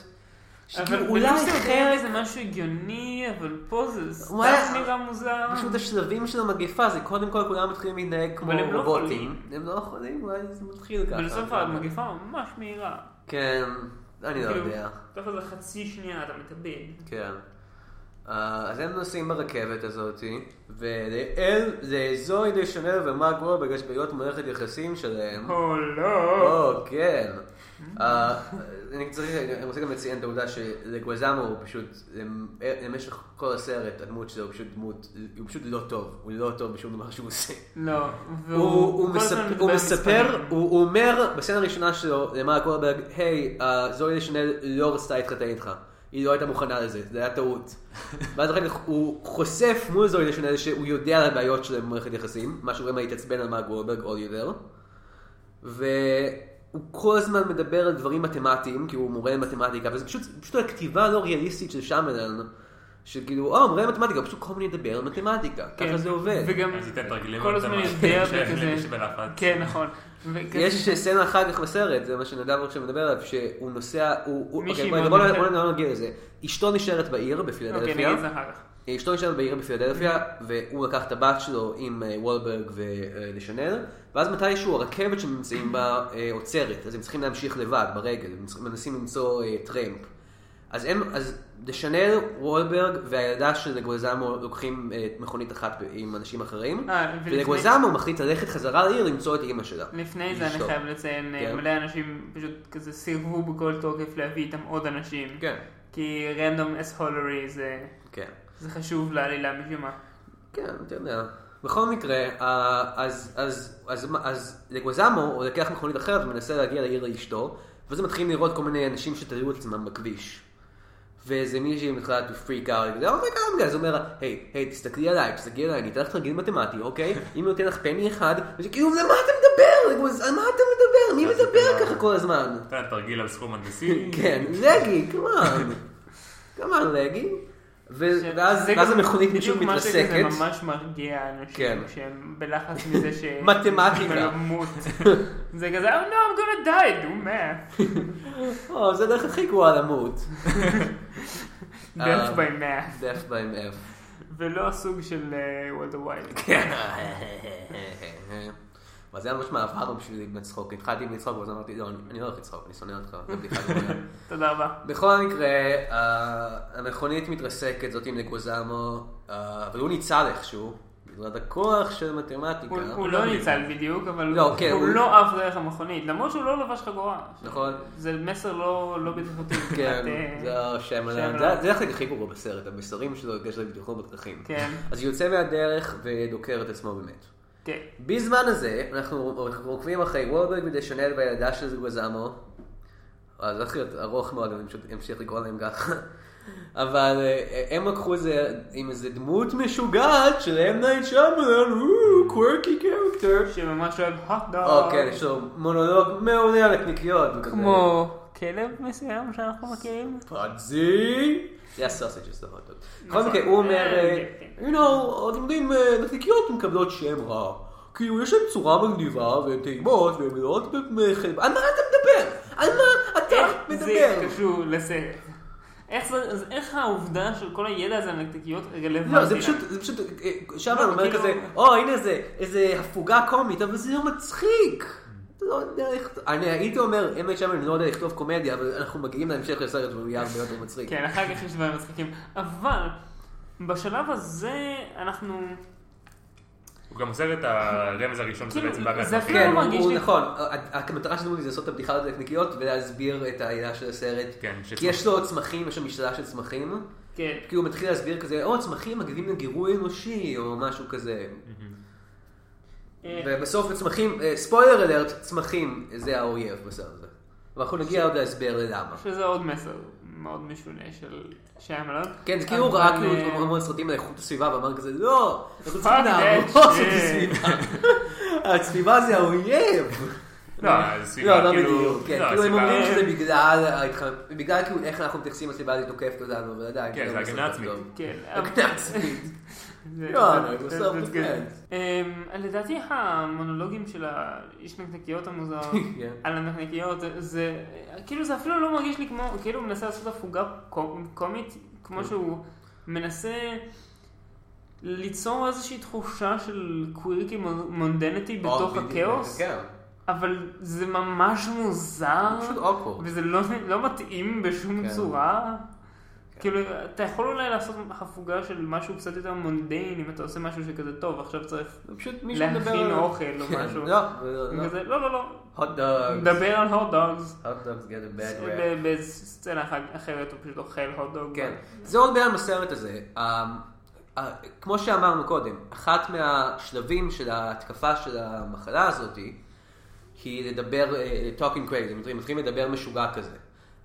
Speaker 2: שכאילו
Speaker 3: אבל
Speaker 2: אולי
Speaker 3: בנושא
Speaker 2: חלק,
Speaker 3: זה משהו הגיוני, אבל פה זה סתם
Speaker 2: וואי,
Speaker 3: נראה מוזר.
Speaker 2: פשוט השלבים של המגפה זה קודם כל כולם מתחילים להתנהג כמו
Speaker 3: אבל הם לא
Speaker 2: רובוטים,
Speaker 3: יכולים.
Speaker 2: הם לא יכולים, אולי זה מתחיל ככה.
Speaker 3: ולסוף המגפה ממש מהירה.
Speaker 2: כן, אני לא
Speaker 3: כאילו,
Speaker 2: יודע,
Speaker 3: ככה זה חצי שנייה, אתה מתאבד.
Speaker 2: כן. אה, אז הם נוסעים ברכבת הזאת, ולאל, לאזוי דה שנר ומרק וורברג יש בעיות מערכת יחסים שלהם.
Speaker 3: או לא.
Speaker 2: או, כן. אה, אני צריך, אני רוצה גם לציין את העובדה שלגואזמו הוא פשוט, למ- למשך כל הסרט, הדמות שלו הוא פשוט דמות, הוא פשוט לא טוב, הוא לא טוב בשום דבר שהוא עושה.
Speaker 3: לא.
Speaker 2: הוא- הוא
Speaker 3: כל הזמן
Speaker 2: מספ-
Speaker 3: מדבר
Speaker 2: הוא
Speaker 3: על
Speaker 2: מספר,
Speaker 3: מספרים.
Speaker 2: הוא הוא אומר בסצנה הראשונה שלו למרק וולברג, היי, אה, זוהי לשנל לא רצתה להתחתן איתך. היא לא הייתה מוכנה לזה, זה היה טעות. ואז אחר כך הוא חושף מול זוהי לשנל שהוא יודע על הבעיות שלהם במערכת יחסים, מה שהוא רמה התעצבן על מרק וולברג עוד יותר. והוא כל הזמן מדבר על דברים מתמטיים, כי הוא מורה למתמטיקה, וזה פשוט, פשוט הכתיבה הלא ריאליסטית של שמלן, שכאילו, אה, מורה למתמטיקה, הוא פשוט כל מיני לדבר על מתמטיקה,
Speaker 3: כן.
Speaker 2: ככה זה עובד.
Speaker 3: וגם
Speaker 5: אז היא תתרגלי
Speaker 3: כל הזמן
Speaker 5: במתמטיקה,
Speaker 3: יודע
Speaker 5: שייך
Speaker 3: וכזה.
Speaker 5: לנפש בלחץ.
Speaker 3: כן, נכון. וכזה-
Speaker 2: יש סצנה אחר כך בסרט, זה מה שנדב עכשיו מדבר עליו, שהוא נוסע, הוא... הוא-
Speaker 3: מישהי
Speaker 2: אוקיי, בוא-
Speaker 3: מאוד
Speaker 2: בוא
Speaker 3: מוכרת.
Speaker 2: בוא לא נגיע לזה. אשתו נשארת בעיר
Speaker 3: אוקיי, נגיד
Speaker 2: בפילדלפיה,
Speaker 3: את זה אחר כך.
Speaker 2: אשתו נשארת בעיר בפילדלפיה, והוא לקח את הבת שלו עם אה, וולברג ולשנל, ואז מתישהו הרכבת שהם נמצאים בה אה, עוצרת, אז הם צריכים להמשיך לבד, ברגל, הם צריכים- מנסים למצוא אה, טרמפ. אז הם, אז לשנל, וולברג והילדה של גווזמו לוקחים אה, מכונית אחת ב- עם אנשים אחרים,
Speaker 3: אה, ולפני-
Speaker 2: ולגווזמו מחליט ללכת חזרה לעיר למצוא את אימא שלה.
Speaker 3: לפני זה אני
Speaker 2: אשתו.
Speaker 3: חייב לציין, אה,
Speaker 2: כן.
Speaker 3: מלא אנשים פשוט כזה סירבו בכל תוקף להביא איתם עוד אנשים.
Speaker 2: כן.
Speaker 3: כי רנדום אס הולרי זה
Speaker 2: כן.
Speaker 3: זה חשוב לעלילה משום מה.
Speaker 2: כן, אתה יודע. בכל מקרה, אה, אז, אז, אז, מה- אז לגואזמו הוא לוקח מכונית אחרת ומנסה להגיע לעיר לאשתו, ואז הם מתחילים לראות כל מיני אנשים שתלו את עצמם בכביש. ואיזה מישהי מתחילה to freak out, "Oh וזה אומייגאד, אומייגאד, אז הוא אומר, היי, היי, תסתכלי עליי, תסתכלי עליי, אני אתן לך תרגיל מתמטי, אוקיי? אם אני נותן לך פני אחד, וזה כאילו, למה אתה מדבר? לגוז- על מה אתה מדבר? מי מדבר ככה כל הזמן?
Speaker 5: אתה יודע, תרגיל על סכום הנדסי.
Speaker 2: כן, לגי, כמובן. כמובן, לגי. ו-
Speaker 3: ש-
Speaker 2: ואז
Speaker 3: זה
Speaker 2: ואז
Speaker 3: גם
Speaker 2: המכונית פשוט
Speaker 3: בדיוק מה שכזה
Speaker 2: מתרסקת.
Speaker 3: ממש מרגיע
Speaker 2: כן.
Speaker 3: אנשים שהם בלחץ מזה ש...
Speaker 2: מתמטיקה.
Speaker 3: אבל למות. זה כזה, oh no, I'm gonna die, do math.
Speaker 2: או, זה הדרך הכי גרועה למות. אה.
Speaker 3: death by math.
Speaker 2: death by F.
Speaker 3: ולא הסוג של אה, וולדה ווייד.
Speaker 2: כן. אבל זה היה ממש מעבר בשבילי מצחוק. התחלתי לצחוק, ואז אמרתי, לא, אני אני לא הולך לצחוק, אני שונא אותך. זה בדיחה גרועה."
Speaker 3: תודה רבה.
Speaker 2: בכל מקרה, אה, המכונית מתרסקת זאת עם נגוזמו, אה, אבל הוא ניצל איכשהו, בגלל הכוח של מתמטיקה.
Speaker 3: הוא- הוא לא ניצל בדיוק, אבל
Speaker 2: לא, כן,
Speaker 3: הוא
Speaker 2: הוא-
Speaker 3: לא עף דרך המכונית, למרות שהוא לא לבש חגורה.
Speaker 2: נכון.
Speaker 3: זה מסר לא לא בטיחותי.
Speaker 2: כן,
Speaker 3: מבחינת, אה,
Speaker 2: זה השם עליו.
Speaker 3: עליו.
Speaker 2: זה- זה החלק הכי גרוע בסרט, המסרים שלו בקשר לבטיחות בדרכים.
Speaker 3: כן.
Speaker 2: אז הוא יוצא מהדרך ודוקר את עצמו באמת.
Speaker 3: כן.
Speaker 2: בזמן הזה, אנחנו עוקבים אחרי וולברג ודשנל והילדה של זוגזמו. אז הולך להיות ארוך מאוד, אני פשוט אמשיך לקרוא להם ככה. אבל אה, הם לקחו את זה עם איזה דמות משוגעת של M9 שמלן, וואו, קוורקי קרקטר.
Speaker 3: שממש אוהב hot dog.
Speaker 2: או כן, יש לו מונולוג מעולה על הקניקיות. וכזה.
Speaker 3: כמו כלב מסוים שאנחנו מכירים.
Speaker 2: פאדזי. זה הסוסג' זה הוטדוג. בכל
Speaker 3: נכון.
Speaker 2: מקרה, הוא אומר,
Speaker 3: אה,
Speaker 2: אה, you know, אתם יודעים, אה, נקניקיות מקבלות שם רע. כאילו, יש להם צורה מגניבה, והן טעימות, והן מלאות בחלב. על מה אתה מדבר? על מה אתה
Speaker 3: אה, זה
Speaker 2: מדבר?
Speaker 3: קשור לסרט. איך זה- אז איך העובדה של כל הידע הזה על נקניקיות רלוונטי?
Speaker 2: לא, זה
Speaker 3: לה?
Speaker 2: פשוט, זה פשוט, אה, שם אני אומר
Speaker 3: כאילו-
Speaker 2: כזה, או, הנה זה, איזה הפוגה קומית, אבל זה לא מצחיק. אתה לא יודע איך... אני הייתי אומר, אם שם אני לא יודע לכתוב קומדיה, אבל אנחנו מגיעים להמשך לסרט והוא יהיה הרבה יותר מצחיק.
Speaker 3: כן, אחר כך יש דברים מצחיקים. אבל בשלב הזה אנחנו...
Speaker 5: הוא גם עושה את הרמז הראשון
Speaker 3: כאילו,
Speaker 5: שבעצם בא
Speaker 3: זה
Speaker 5: מהסרט.
Speaker 3: אפילו-
Speaker 2: כן,
Speaker 3: לא מרגיש
Speaker 2: הוא
Speaker 3: לי-
Speaker 2: נכון, המטרה שלנו היא לעשות את הבדיחה הזאת לקניקיות ולהסביר את העילה של הסרט.
Speaker 3: לא
Speaker 5: כן, שצמח-
Speaker 2: כי יש לו צמחים, יש לו משתלה של צמחים.
Speaker 3: כן.
Speaker 2: כאילו הוא מתחיל להסביר כזה, או צמחים מגדילים לגירוי אנושי, או משהו כזה.
Speaker 3: אה,
Speaker 2: ובסוף הצמחים, אה, ספוילר אלרט, צמחים זה האויב בסרט הזה. ואנחנו נגיע עוד להסבר ללמה.
Speaker 3: שזה עוד מסר מאוד משונה של שיימלון.
Speaker 2: כן, זה כאילו הוא
Speaker 3: אבל,
Speaker 2: ראה כאילו
Speaker 3: אה,
Speaker 2: את המון סרטים על איכות הסביבה ואמר כזה, לא, אנחנו
Speaker 3: Fuck
Speaker 2: צריכים
Speaker 3: that
Speaker 2: להרוס את
Speaker 3: shit."
Speaker 2: הסביבה. הסביבה זה האויב.
Speaker 5: לא, זה סביבה,
Speaker 2: לא, לא
Speaker 5: כאילו-
Speaker 2: בדיוק, כן,
Speaker 5: לא,
Speaker 2: כאילו הם
Speaker 5: הסביבה-
Speaker 2: אומרים שזה בגלל, ההתח- בגלל כאילו איך אנחנו מתייחסים לסיבה הזאת תוקפת אותנו, אבל עדיין,
Speaker 5: כן,
Speaker 2: כאילו,
Speaker 5: זה
Speaker 2: בסוף
Speaker 5: הגנה
Speaker 2: טוב.
Speaker 5: עצמית.
Speaker 3: כן.
Speaker 2: הגנה עצמית.
Speaker 3: זה-
Speaker 2: לא,
Speaker 3: זה-
Speaker 2: אני
Speaker 3: זה-
Speaker 2: בסוף אה,
Speaker 3: זה-
Speaker 2: דופן.
Speaker 3: אמ, לדעתי המונולוגים של האיש נקניקיות המוזר
Speaker 2: כן.
Speaker 3: על הנקניקיות זה- זה כאילו זה אפילו לא מרגיש לי כמו כאילו הוא מנסה לעשות הפוגה קומ- קומית
Speaker 2: כן.
Speaker 3: כמו שהוא מנסה ליצור איזושהי תחושה של קווירקי מ- מונדנטי בתוך
Speaker 2: או, בדיוק,
Speaker 3: הכאוס
Speaker 2: כן,
Speaker 3: אבל זה ממש מוזר אה.
Speaker 2: פשוט אוקוורד.
Speaker 3: וזה לא לא מתאים בשום
Speaker 2: כן.
Speaker 3: צורה כאילו, אתה יכול אולי לעשות הפוגה של משהו קצת יותר מונדיין, אם אתה עושה משהו שכזה טוב, עכשיו צריך
Speaker 2: פשוט מישהו מדבר...
Speaker 3: להכין
Speaker 2: על-
Speaker 3: אוכל או
Speaker 2: כן,
Speaker 3: משהו.
Speaker 2: לא, לא, לא.
Speaker 3: וכזה, לא, לא, לא.
Speaker 2: hot dogs.
Speaker 3: דבר על hot dogs.
Speaker 2: hot dogs get a bad rap.
Speaker 3: ב- בסצנה אחת- אחרת הוא פשוט אוכל hot dog.
Speaker 2: כן, זה עוד בעיה עם הסרט הזה. אמ, אה, כמו שאמרנו קודם, אחת מהשלבים של ההתקפה של המחלה הזאת היא לדבר, אה, talking crazy, מתחילים לדבר משוגע כזה.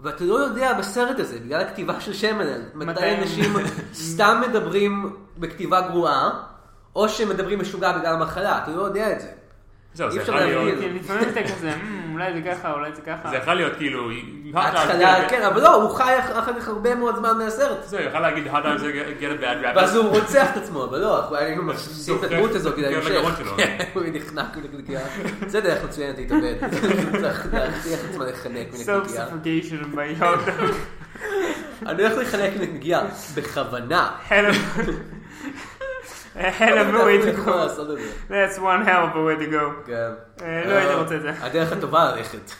Speaker 2: ואתה לא יודע בסרט הזה, בגלל הכתיבה של שמנל, מתי
Speaker 3: מתי-
Speaker 2: אנשים סתם מדברים בכתיבה גרועה, או שהם מדברים משוגע בגלל המחלה, אתה לא יודע את זה.
Speaker 5: זהו,
Speaker 2: אי
Speaker 5: זה
Speaker 2: אפשר
Speaker 5: יכול
Speaker 2: להבין.
Speaker 5: להיות...
Speaker 3: כן, לפעמים אתה כזה, "מ, אולי זה ככה, אולי זה ככה.
Speaker 5: זה יכול להיות כאילו...
Speaker 2: ההתחלה, כן, אבל לא, הוא חי אח- אחר כך הרבה מאוד זמן מהסרט.
Speaker 5: זהו, יכול להגיד, hot dogs get a bad rap.
Speaker 2: ואז הוא רוצח את עצמו, אבל לא, אנחנו היינו מפסיסים את הדמות הזאת כדי
Speaker 5: גם
Speaker 2: להמשך.
Speaker 5: לגרון שלו.
Speaker 2: הוא נחנק מנקניקייה. זה דרך מצוינת להתאבד. צריך להכריח את עצמו לחנק
Speaker 3: סוף
Speaker 2: מנקניקייה.
Speaker 3: סופוגיישן ביום.
Speaker 2: אני לא הולך לחנק מנקניקייה, בכוונה.
Speaker 3: hell of a way
Speaker 2: אני
Speaker 3: to
Speaker 2: יכול
Speaker 3: go.
Speaker 2: לעשות את זה.
Speaker 3: That's one hell of a way to go.
Speaker 2: כן.
Speaker 3: אה, לא הייתי רוצה את זה.
Speaker 2: הדרך הטובה ללכת.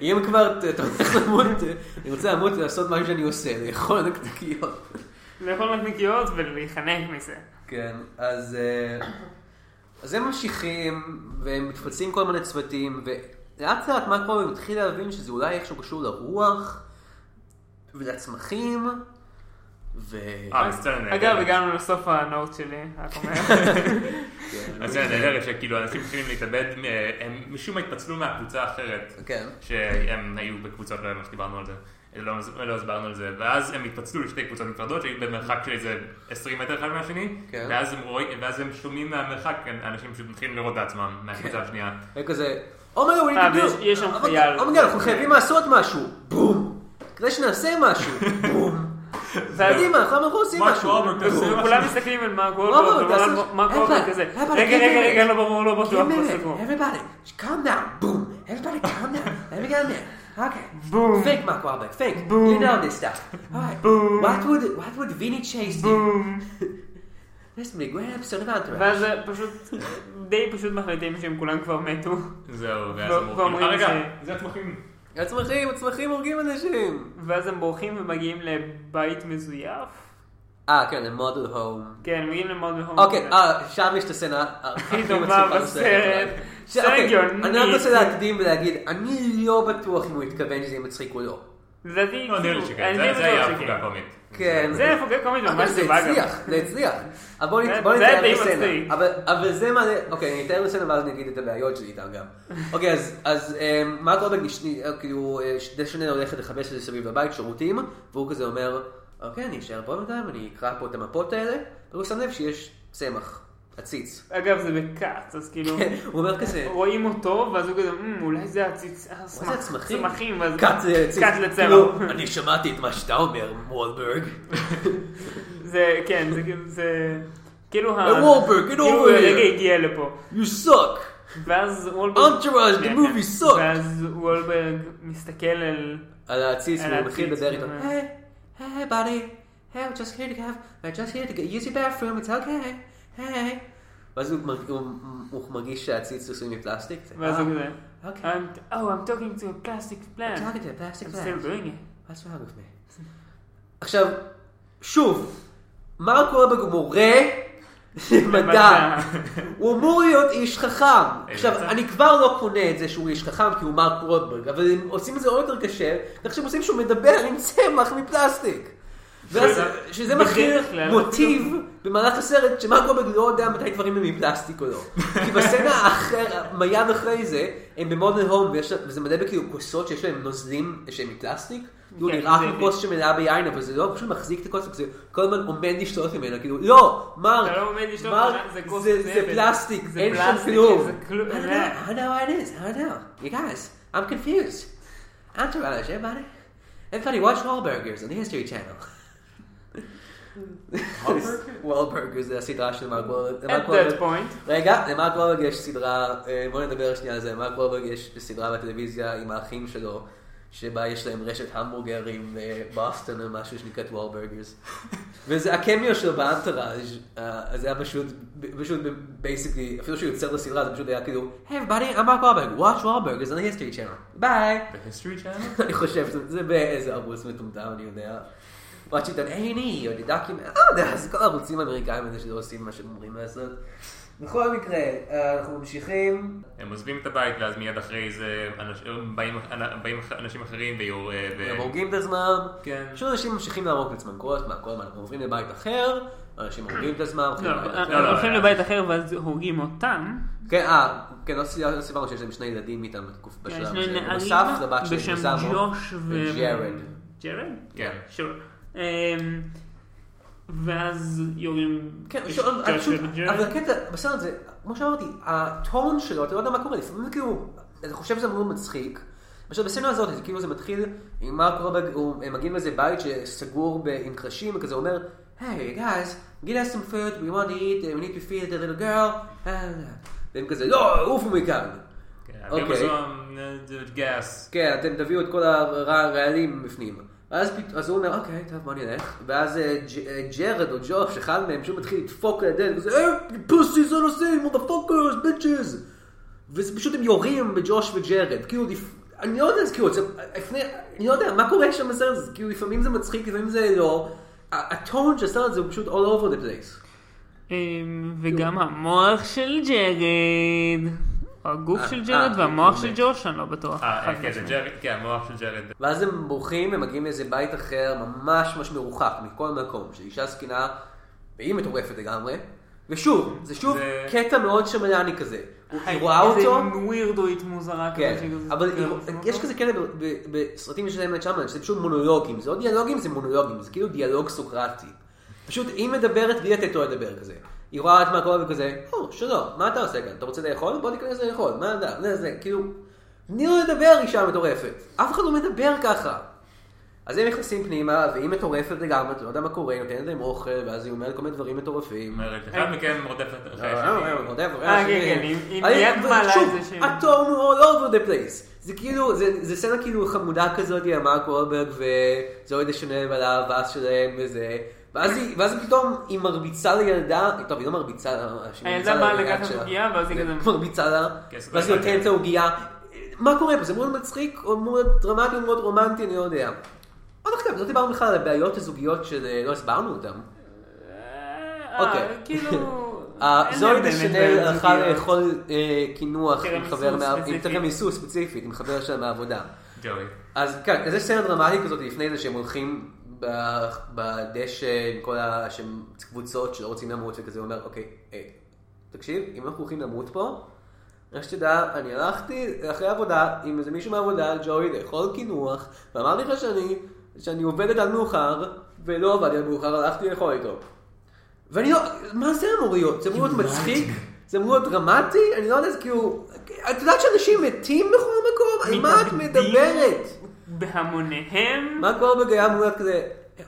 Speaker 2: אם כבר אתה- אתה הולך למות, אה, אני רוצה למות לעשות משהו שאני עושה, לאכול נקניקיות.
Speaker 3: לאכול נקניקיות ולהיחנק מזה.
Speaker 2: כן, אז, אה, אז הם ממשיכים, והם מתפצלים כל מיני צוותים, ולאט לאט מה קורה, הם מתחילים להבין שזה אולי איכשהו קשור לרוח, ולצמחים, ו...
Speaker 5: אה, בסצנה נהדרת.
Speaker 3: אגב, הגענו לסוף הנוט שלי, רק אומר.
Speaker 5: בסצנה נהדרת שכאילו אנשים מתחילים להתאבד, אה, הם משום מה התפצלו מהקבוצה האחרת.
Speaker 2: כן.
Speaker 5: שהם היו בקבוצות, לא יודע מה שדיברנו על זה, לא, לא הסברנו על זה, ואז הם התפצלו לשתי קבוצות נפרדות שהיו במרחק של איזה 20 מטר אחד מהשני,
Speaker 2: כן.
Speaker 5: ואז, הם רואים, ואז הם שומעים מהמרחק, כן, אנשים פשוט מתחילים לראות את עצמם
Speaker 2: כן.
Speaker 5: מהקבוצה השנייה.
Speaker 2: הם כזה, אומי, הוא
Speaker 3: אה,
Speaker 2: נגדו.
Speaker 3: ויש- יש שם חייל.
Speaker 2: אומי, oh אנחנו חייבים לעשות משהו. בום. כדי שנעשה משהו. בום.
Speaker 3: ואז
Speaker 2: קדימה, אנחנו אנחנו עושים
Speaker 5: מה
Speaker 2: משהו.
Speaker 5: קורה,
Speaker 2: בום.
Speaker 5: תעשו?
Speaker 3: כולם מסתכלים על מרק
Speaker 2: לא,
Speaker 3: וולברג,
Speaker 2: לא,
Speaker 3: ורואה
Speaker 2: תעשו-
Speaker 3: מרק
Speaker 2: אין
Speaker 3: וולברג
Speaker 2: בעיה,
Speaker 3: כזה.
Speaker 2: אין בעיה,
Speaker 3: רגע,
Speaker 2: כן,
Speaker 3: רגע,
Speaker 2: כן.
Speaker 3: רגע, לא ברור, לא
Speaker 2: Give
Speaker 3: בטוח,
Speaker 2: me a
Speaker 3: לא
Speaker 2: minute.
Speaker 3: סגור.
Speaker 2: Everybody, just calm down. Boom. Everybody, calm down. Let me get in there. Okay.
Speaker 3: Boom.
Speaker 2: Think, Mark Wahlberg. Think. You
Speaker 3: Boom.
Speaker 2: know this stuff. All right.
Speaker 3: Boom.
Speaker 2: What would what would Vinny Chase do?
Speaker 3: בום.
Speaker 2: Let's make great episode of Entourage.
Speaker 3: ואז אה, פשוט, די פשוט מחליטים שהם כולם כבר מתו.
Speaker 5: זהו, ואז
Speaker 3: ו-
Speaker 5: הם אומרים,
Speaker 3: ואומרים
Speaker 5: "אה, רגע,
Speaker 3: ש-
Speaker 5: זה התמחים.
Speaker 2: הצמחים, הצמחים הורגים אנשים.
Speaker 3: ואז הם בורחים ומגיעים לבית מזויף.
Speaker 2: אה, כן, למודל הום.
Speaker 3: כן, מגיעים למוד בהום.
Speaker 2: אוקיי, אה, שם יש את הסצנה הכי
Speaker 3: טובה
Speaker 2: מצחיקה
Speaker 3: בסרט.
Speaker 2: ש- אוקיי,
Speaker 3: סגיונית.
Speaker 2: אני רק רוצה להקדים ולהגיד, אני לא בטוח אם הוא התכוון שזה יהיה מצחיק או לא.
Speaker 3: לדעתי,
Speaker 5: לא, נראה לי
Speaker 3: כאילו,
Speaker 5: שכן,
Speaker 3: אני
Speaker 5: זה- זה
Speaker 3: בטוח
Speaker 5: היה
Speaker 3: שכן.
Speaker 5: הפוגה הקומית.
Speaker 2: כן.
Speaker 3: זה היה הפוגה קומית
Speaker 2: אבל
Speaker 3: ממש
Speaker 2: זה
Speaker 3: טובה גם.
Speaker 2: הצליח, זה הצליח. אז בואו
Speaker 3: זה-
Speaker 2: נת- בואו
Speaker 3: זה
Speaker 2: נתאר
Speaker 3: די
Speaker 2: את הסצנה.
Speaker 3: מצחיק.
Speaker 2: אבל- אבל זה מה זה, אוקיי, אני אתאר את הסצנה ואז אני אגיד את הבעיות שלי איתם גם. אוקיי, אז- אז אה, מרק רוברג, נשני- אה, כאילו, אה, ש- דשנל הולכת לחפש את זה סביב לבית, שירותים, והוא כזה אומר, אוקיי, אני אשאר פה בינתיים, אני אקרא פה את המפות האלה, והוא שם לב שיש צמח, עציץ.
Speaker 3: אגב, זה בכת, אז כאילו,
Speaker 2: הוא אומר כזה,
Speaker 3: רואים אותו, ואז הוא כזה, "מ, אולי זה הציצ... הסמ-
Speaker 2: מה זה הצמחים?
Speaker 3: צמחים, ואז
Speaker 2: כת זה עציץ.
Speaker 3: כת לצמח.
Speaker 2: כאילו, אני שמעתי את מה שאתה אומר, וולברג.
Speaker 3: זה, כן, זה כאילו, זה... כאילו, ה...
Speaker 2: Hey, Wahlberg, get
Speaker 3: כאילו,
Speaker 2: over
Speaker 3: הוא
Speaker 2: here.
Speaker 3: הרגע הגיע לפה.
Speaker 2: You suck!
Speaker 3: ואז וולברג...
Speaker 2: Entourage, the
Speaker 3: כן,
Speaker 2: movie
Speaker 3: כן.
Speaker 2: suck!
Speaker 3: ואז וולברג מסתכל על...
Speaker 2: על העציץ,
Speaker 3: על
Speaker 2: והוא מתחיל
Speaker 3: העציץ,
Speaker 2: לדבר איתו.
Speaker 3: כן.
Speaker 2: היי, היי, buddy, היי, I'm just here to have, I'm just here to get- use your bathroom, it's okay, היי. ואז הוא מרג- הוא- הוא מרגיש שהעציץ עשוי מפלסטיק. זה,
Speaker 3: ואז הוא
Speaker 2: "אה,
Speaker 3: כזה...
Speaker 2: אוקיי.
Speaker 3: I'm... Oh, I'm talking to a plastic
Speaker 2: I'm
Speaker 3: plant.
Speaker 2: talking to a plastic
Speaker 3: I'm
Speaker 2: man.
Speaker 3: still doing it.
Speaker 2: What's wrong with me? עכשיו, שוב, מרק רוברג הוא מורה למדע.
Speaker 3: למדע.
Speaker 2: הוא אמור להיות איש חכם.
Speaker 5: איזה
Speaker 2: עכשיו,
Speaker 5: מצב?
Speaker 2: אני כבר לא קונה את זה שהוא איש חכם כי הוא מרק רוברג, אבל הם עושים את זה עוד יותר קשה, ועכשיו עושים שהוא מדבר עם צמח מפלסטיק. ואז-
Speaker 5: שזה-
Speaker 2: שזה
Speaker 3: בדרך
Speaker 2: מכיר
Speaker 3: כלל-
Speaker 2: מוטיב במהלך הסרט שמרק רוברג לא יודע מתי דברים הם מפלסטיק או לא. כי בסצנה האחר, מיד אחרי זה, הם במודל הום, ויש- וזה מלא בכאילו כוסות שיש להם נוזלים שהם מפלסטיק. הוא
Speaker 3: כן,
Speaker 2: נראה
Speaker 3: זה-
Speaker 2: כמו כוס שמלאה ביין, אבל זה לא הוא פשוט מחזיק את הכוס, זה כל הזמן עומד לשתות ממנה, כאילו, לא, מרק,
Speaker 3: אתה לא עומד לשתות
Speaker 2: מרק,
Speaker 3: ממנה, זה כוס
Speaker 2: זה- זה
Speaker 3: זבל.
Speaker 2: פלסטיק,
Speaker 3: זה
Speaker 2: אין שם
Speaker 3: פלסטיק,
Speaker 2: כלום.
Speaker 3: זה כלום,
Speaker 2: I don't
Speaker 3: זה-
Speaker 2: know, I don't know how it is, I don't know. You guys, I'm confused. Entourage, everybody. Everybody watch Wahlburgers on the History Channel. Wahlburgers זה הסדרה של מרק וולברג.
Speaker 3: At that point.
Speaker 2: רגע, למרק וולברג יש סדרה, אה, בואו נדבר שנייה על זה, למרק וולברג יש סדרה בטלוויזיה עם האחים שלו, שבה יש להם רשת המבורגרים בבוסטון או משהו שנקראת וולברגרס. וזה הקמיו שלו באנטראז', אה, אז זה היה פשוט, פשוט בייסיקלי, אפילו שהוא יוצר את הסדרה, זה פשוט היה כאילו, היי, buddy, I'm מרק וולברג, watch וולברגרס on the history channel, ביי.
Speaker 5: The history channel?
Speaker 2: אני חושב, זה- זה באיזה ערוץ מטומטם, אני יודע. watch it on A&E, או נדע כמעט, לא יודע, אז כל הערוצים האמריקאים האלה שלא עושים מה שהם אמורים לעשות. בכל מקרה, אה, אנחנו ממשיכים.
Speaker 5: הם עוזבים את הבית, ואז מיד אחרי זה אנש- באים- אנ- באים אנשים אחרים ויור... אה, ו-
Speaker 2: הם הורגים את עצמם.
Speaker 3: כן.
Speaker 2: שוב אנשים ממשיכים להרוג את עצמם. כל הזמן, כל הזמן, אנחנו עוברים לבית אחר, אנשים הורגים את עצמם. הולכים
Speaker 3: לא,
Speaker 2: לבית אחר.
Speaker 5: לא,
Speaker 3: הם הולכים
Speaker 5: לא.
Speaker 3: לבית אחר ואז הורגים אותם.
Speaker 2: כן, אה, כן, לא סי- לא סיפרנו שיש להם שני ילדים איתם בתקופ- בשלב
Speaker 3: יש
Speaker 2: הזה.
Speaker 3: לנו נערים
Speaker 2: בנוסף לבת שלהם,
Speaker 3: בשם
Speaker 2: סמו,
Speaker 3: ג'וש ו...
Speaker 2: וג'רד.
Speaker 3: ג'רד?
Speaker 5: כן.
Speaker 3: Sure. אמ, ואז יורים...
Speaker 2: כן,
Speaker 3: יש
Speaker 2: שוב, אבל
Speaker 3: ג'וש
Speaker 2: פשוט,
Speaker 3: וג'רד.
Speaker 2: אבל הקטע, בסדר זה, כמו שאמרתי, הטון שלו, אתה לא יודע מה קורה, לפעמים זה כאילו, אתה חושב שזה מאוד מצחיק. עכשיו בסצנה הזאת, זה כאילו זה מתחיל עם מרק רובג, הוא הם מגיעים לאיזה בית שסגור ב- עם קרשים, וכזה אומר, היי, guys, get us some food, we want to eat, we need to feed the little girl, אה, והם כזה, לא, עופו מכאן.
Speaker 5: כן,
Speaker 2: אוקיי.
Speaker 5: אוקיי. גס.
Speaker 2: כן, אתם תביאו את כל הרעלים בפנים. ואז פת- אז הוא אומר, אוקיי, טוב, בוא נלך. ואז אה, ג'- אה, ג'רד או ג'וש, אחד מהם, פשוט מתחיל לדפוק על הדלת, וזה, אה, פוסי זה נושאים, מודפוקרס, ביצ'ז. וזה פשוט הם יורים בג'וש וג'רד, כאילו, לפ- אני לא יודע, זה כאילו, זה, לפני, אני לא יודע, מה קורה שם בסרט הזה, כאילו, לפעמים זה מצחיק, לפעמים זה לא. ה- הטון של הסרט הזה הוא פשוט all over the place.
Speaker 3: אמ, וגם המוח של ג'רד. או הגוף
Speaker 2: אה,
Speaker 3: של
Speaker 2: אה,
Speaker 3: ג'רד והמוח
Speaker 2: באמת.
Speaker 3: של ג'וש, אני לא בטוח.
Speaker 5: אה,
Speaker 3: חד
Speaker 5: כן, זה
Speaker 3: משמעית.
Speaker 5: ג'רד, כן, המוח של ג'רד.
Speaker 2: ואז הם בורחים, הם מגיעים לאיזה בית אחר, ממש ממש מרוחק מכל מקום, של אישה זקנה, והיא מטורפת לגמרי. ושוב, זה שוב
Speaker 5: זה-
Speaker 2: קטע מאוד שמלני כזה. הוא- היא
Speaker 3: היי,
Speaker 2: רואה אותו,
Speaker 3: איזה ווירדואית מוזרה
Speaker 2: כן,
Speaker 3: כזאת שכזה-
Speaker 2: אבל
Speaker 3: כן,
Speaker 2: היא- יש כזה קטע ב- ב- בסרטים של אמת שמן, שזה פשוט מונולוגים, זה לא דיאלוגים, זה מונולוגים, זה כאילו דיאלוג סוקרטי. פשוט היא מדברת בלי לתת לו לדבר כזה. היא רואה את מה קורה וכזה, או, שלום, מה אתה עושה כאן? אתה רוצה לאכול? בוא ניכנס לאכול, מה אתה? זה, זה, כאילו, תני לו לדבר אישה מטורפת. אף אחד לא מדבר ככה. אז הם נכנסים פנימה, והיא מטורפת לגמרי, אתה לא יודע מה קורה, היא נותנת להם אוכל, ואז היא אומרת כל מיני דברים מטורפים.
Speaker 5: אומרת, אחד מכם רודף את אחרי השני.
Speaker 3: אה,
Speaker 2: אה,
Speaker 3: כן, כן, היא- היא מיד מעלה איזה שם.
Speaker 2: הטון הוא all over the place. זה כאילו, זה זה סצנה כאילו חמודה כזאת, עם מרק וולברג וזוהי דשנל על האבס שלהם וזה. ואז היא, ואז פתאום היא מרביצה לילדה, טוב, היא לא מרביצה לה, שהיא מרביצה
Speaker 3: הילדה
Speaker 2: לה
Speaker 3: באה
Speaker 2: ליד
Speaker 3: לקחת
Speaker 2: שלה.
Speaker 3: עוגייה, ואז היא
Speaker 2: כן,
Speaker 3: כזה-
Speaker 2: מרביצה לה,
Speaker 5: כן, סבבה.
Speaker 2: ואז היא נותנת לה עוגייה. מה קורה פה? זה מאוד מצחיק, או מאוד דרמטי, או מאוד רומנטי, אני לא יודע. עוד אחת, לא דיברנו בכלל על הבעיות הזוגיות שלא הסברנו אותן.
Speaker 3: אה,
Speaker 2: אוקיי.
Speaker 3: כאילו...
Speaker 2: אה,
Speaker 3: אין
Speaker 2: זוהי
Speaker 3: להם באמת
Speaker 2: דשנל
Speaker 3: בעיות
Speaker 2: הלכה
Speaker 3: זוגיות.
Speaker 2: לאכול אה, קינוח עם
Speaker 3: תירמיסו
Speaker 2: חבר מה... עם
Speaker 3: ספציפית.
Speaker 2: תרמיסו ספציפית, עם חבר שלה מהעבודה.
Speaker 5: ג'וי.
Speaker 2: אז כן, אז יש סצנה דרמטית כזאת לפני זה שהם הולכים ב- בדשא עם כל הקבוצות שלא רוצים למות וכזה, הוא אומר, אוקיי, אה, תקשיב, אם אנחנו הולכים למות פה, רק שתדע, אני הלכתי אחרי עבודה עם איזה מישהו מהעבודה, ג'וי, לאכול קינוח, ואמר לי לך שאני, שאני עובדת עד מאוחר, ולא עבדתי עד מאוחר, הלכתי לאכול איתו. ואני לא, מה זה אמור להיות? זה אמור להיות מצחיק? זה אמור להיות דרמטי? אני לא יודע, זה כאילו... את יודעת שאנשים מתים בכל מקום? על מה את
Speaker 3: מתאבדים.
Speaker 2: מדברת?
Speaker 3: בהמוניהם,
Speaker 2: מה קורה בגלל מולד כזה?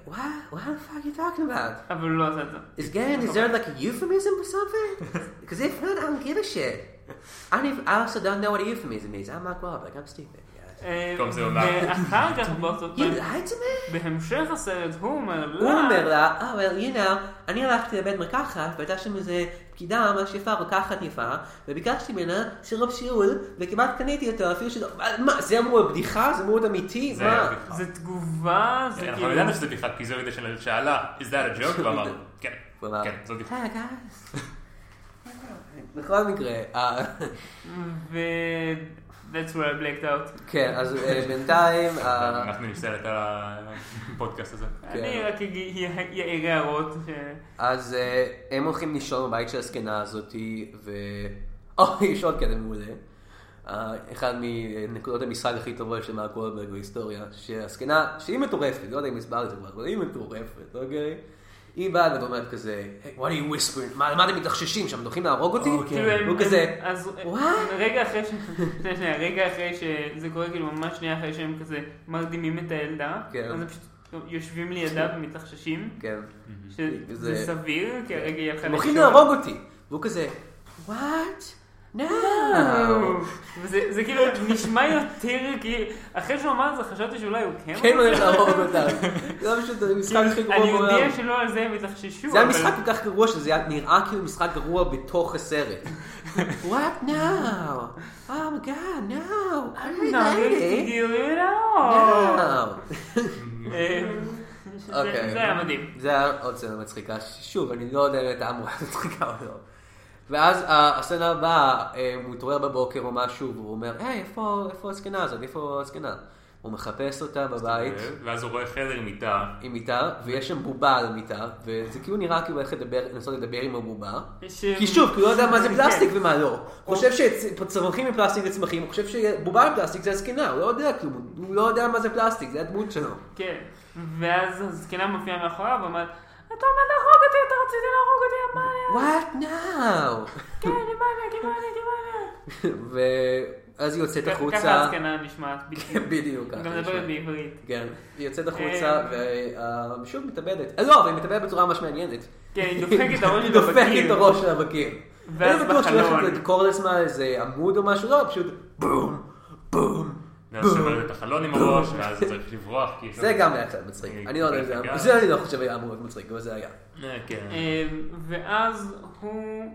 Speaker 2: What? What the fuck you talking about?
Speaker 3: אבל לא עשה את זה.
Speaker 2: Is gay and is there like a euphemism or something? Because if not, I don't give a shit. I, don't even- I also don't know what a euphemism is. I'm Mark Wahlberg, I'm stupid. guys.
Speaker 3: אה,
Speaker 5: טוב, זה עונה.
Speaker 3: ואחר כך באותו
Speaker 2: You
Speaker 3: פרק,
Speaker 2: lied to me?
Speaker 3: בהמשך הסרט, הוא אומר "לא, לה...
Speaker 2: כאילו- הוא אומר לה, אה, well, you know, אני הלכתי לבית מרקחת, והייתה שם איזה פקידה ממש יפה, רוקחת יפה, וביקשתי ממנה סירופ שיעול, וכמעט קניתי אותו, אפילו שלא... מה, מה, זה אמור להיות בדיחה? זה אמור להיות אמיתי?
Speaker 5: זה היה
Speaker 2: מה?
Speaker 5: בדיחה. כן,
Speaker 3: זה תגובה, זה
Speaker 5: אנחנו
Speaker 3: כאילו...
Speaker 5: ידענו שזה בדיחה, כי זוהי דשנל שאלה, is that a joke? ואמר, כן,
Speaker 2: הוא אמר,
Speaker 5: כן, זו בדיחה.
Speaker 2: היי, גייס. בכל מקרה, אה,
Speaker 3: ו... That's where I blacked out.
Speaker 2: כן, אז אה, בינתיים, אה,
Speaker 5: אנחנו נפסל את הפודקאסט הזה.
Speaker 2: כן.
Speaker 3: אני רק אעיר הערות. ש-
Speaker 2: אז אה, הם הולכים לישון בבית של הזקנה הזאתי, ו... או, יש עוד קטע מעולה. אה, אחד מנקודות המשחק הכי טובות של מרק וולברג בהיסטוריה, שהזקנה, שהיא מטורפת, לא יודע אם הסברתי את זה כבר, אבל היא מטורפת, אוקיי? היא באה ואומרת כזה, "Hey, what are you whispering? מה מה אתם מתלחששים שם, אתם הולכים להרוג אותי?
Speaker 3: כאילו הם-
Speaker 2: אוקיי. הוא
Speaker 3: הם-
Speaker 2: כזה,
Speaker 3: אז
Speaker 2: "What?"
Speaker 3: רגע אחרי ש... שנייה, שנייה, רגע אחרי שזה קורה כאילו ממש שנייה אחרי שהם כזה מרדימים את הילדה,
Speaker 2: כן.
Speaker 3: אז הם פשוט יושבים לידה ומתלחששים,
Speaker 2: כן.
Speaker 3: שזה
Speaker 2: זה-
Speaker 3: סביר, כי הרגע היא הלכה
Speaker 2: כן. הם הולכים
Speaker 3: לישון.
Speaker 2: להרוג אותי. והוא כזה, what? No.
Speaker 3: וזה זה כאילו נשמע יותר כאילו, אחרי שהוא אמר את זה חשבתי שאולי הוא כן
Speaker 2: כן, הוא הולך
Speaker 3: רוצה.
Speaker 2: להרוג אותם. זה פשוט המשחק הכי גרוע
Speaker 3: כאילו, אני
Speaker 2: בעולם.
Speaker 3: יודע שלא על זה הם התלחששו.
Speaker 2: זה היה
Speaker 3: אבל-
Speaker 2: משחק כל כך גרוע שזה היה נראה כאילו משחק גרוע בתוך הסרט. What now? Oh my god, no. I'm
Speaker 3: No, you
Speaker 2: related.
Speaker 3: do it all.
Speaker 2: No.
Speaker 3: אה, שזה-
Speaker 2: אוקיי.
Speaker 3: Oh. זה היה מדהים.
Speaker 2: זה היה עוד סצנה מצחיקה. שוב, אני לא יודע אם הייתה אמורה להיות מצחיקה או לא. ואז אה, הסצנה הבאה, אה, הוא מתעורר בבוקר או משהו, והוא אומר, היי, איפה איפה הזקנה הזאת? איפה הזקנה? הוא מחפש אותה בבית.
Speaker 5: ואז הוא רואה חדר עם מיטה.
Speaker 2: עם מיטה, ויש שם בובה על המיטה, וזה כאילו נראה כאילו הולך לדבר, לנסות לדבר עם הבובה.
Speaker 3: יש, אה,
Speaker 2: כי שוב, כי הוא לא יודע מה זה
Speaker 3: כן.
Speaker 2: פלסטיק ומה לא. הוא חושב שצמחים מפלסטיק זה צמחים, הוא חושב שבובה מפלסטיק זה הזקנה, הוא לא יודע כלום, הוא לא יודע מה זה פלסטיק, זה הדמות שלו.
Speaker 3: כן. ואז הזקנה מופיעה מאחוריו ואומרת, אתה עומד להרוג אותי, אתה רצית להרוג אותי, מה אני...
Speaker 2: What now?
Speaker 3: כן, אני מניאק, אני מניאק, אני מניאק.
Speaker 2: ואז היא יוצאת
Speaker 3: ככה
Speaker 2: החוצה, כן,
Speaker 3: הזקנה נשמעת, בדיוק.
Speaker 2: בדיוק
Speaker 3: גם אה,
Speaker 2: ככה.
Speaker 3: מדברת בעברית.
Speaker 2: כן, היא יוצאת החוצה ושוב מתאבדת. אה, לא, אבל היא מתאבדת בצורה ממש מעניינת.
Speaker 3: כן, היא דופקת
Speaker 2: היא דופקת את
Speaker 3: את הראש שלה בקיר.
Speaker 2: הראש שלה בקיר.
Speaker 3: ואז
Speaker 2: אני בטוח שהיא הולכת
Speaker 3: בחלון.
Speaker 2: לדקור לעצמה איזה עמוד או משהו, לא, פשוט בום, בום.
Speaker 5: ואז שומרת את החלון עם הראש, ואז צריך לברוח. כאילו. כי-
Speaker 2: זה גם היה קצת מצחיק. אני לא יודע אם זה היה, זה אני לא חושב היה אמור להיות מצחיק, אבל זה היה.
Speaker 5: אה, כן.
Speaker 3: אמ, ואז הוא...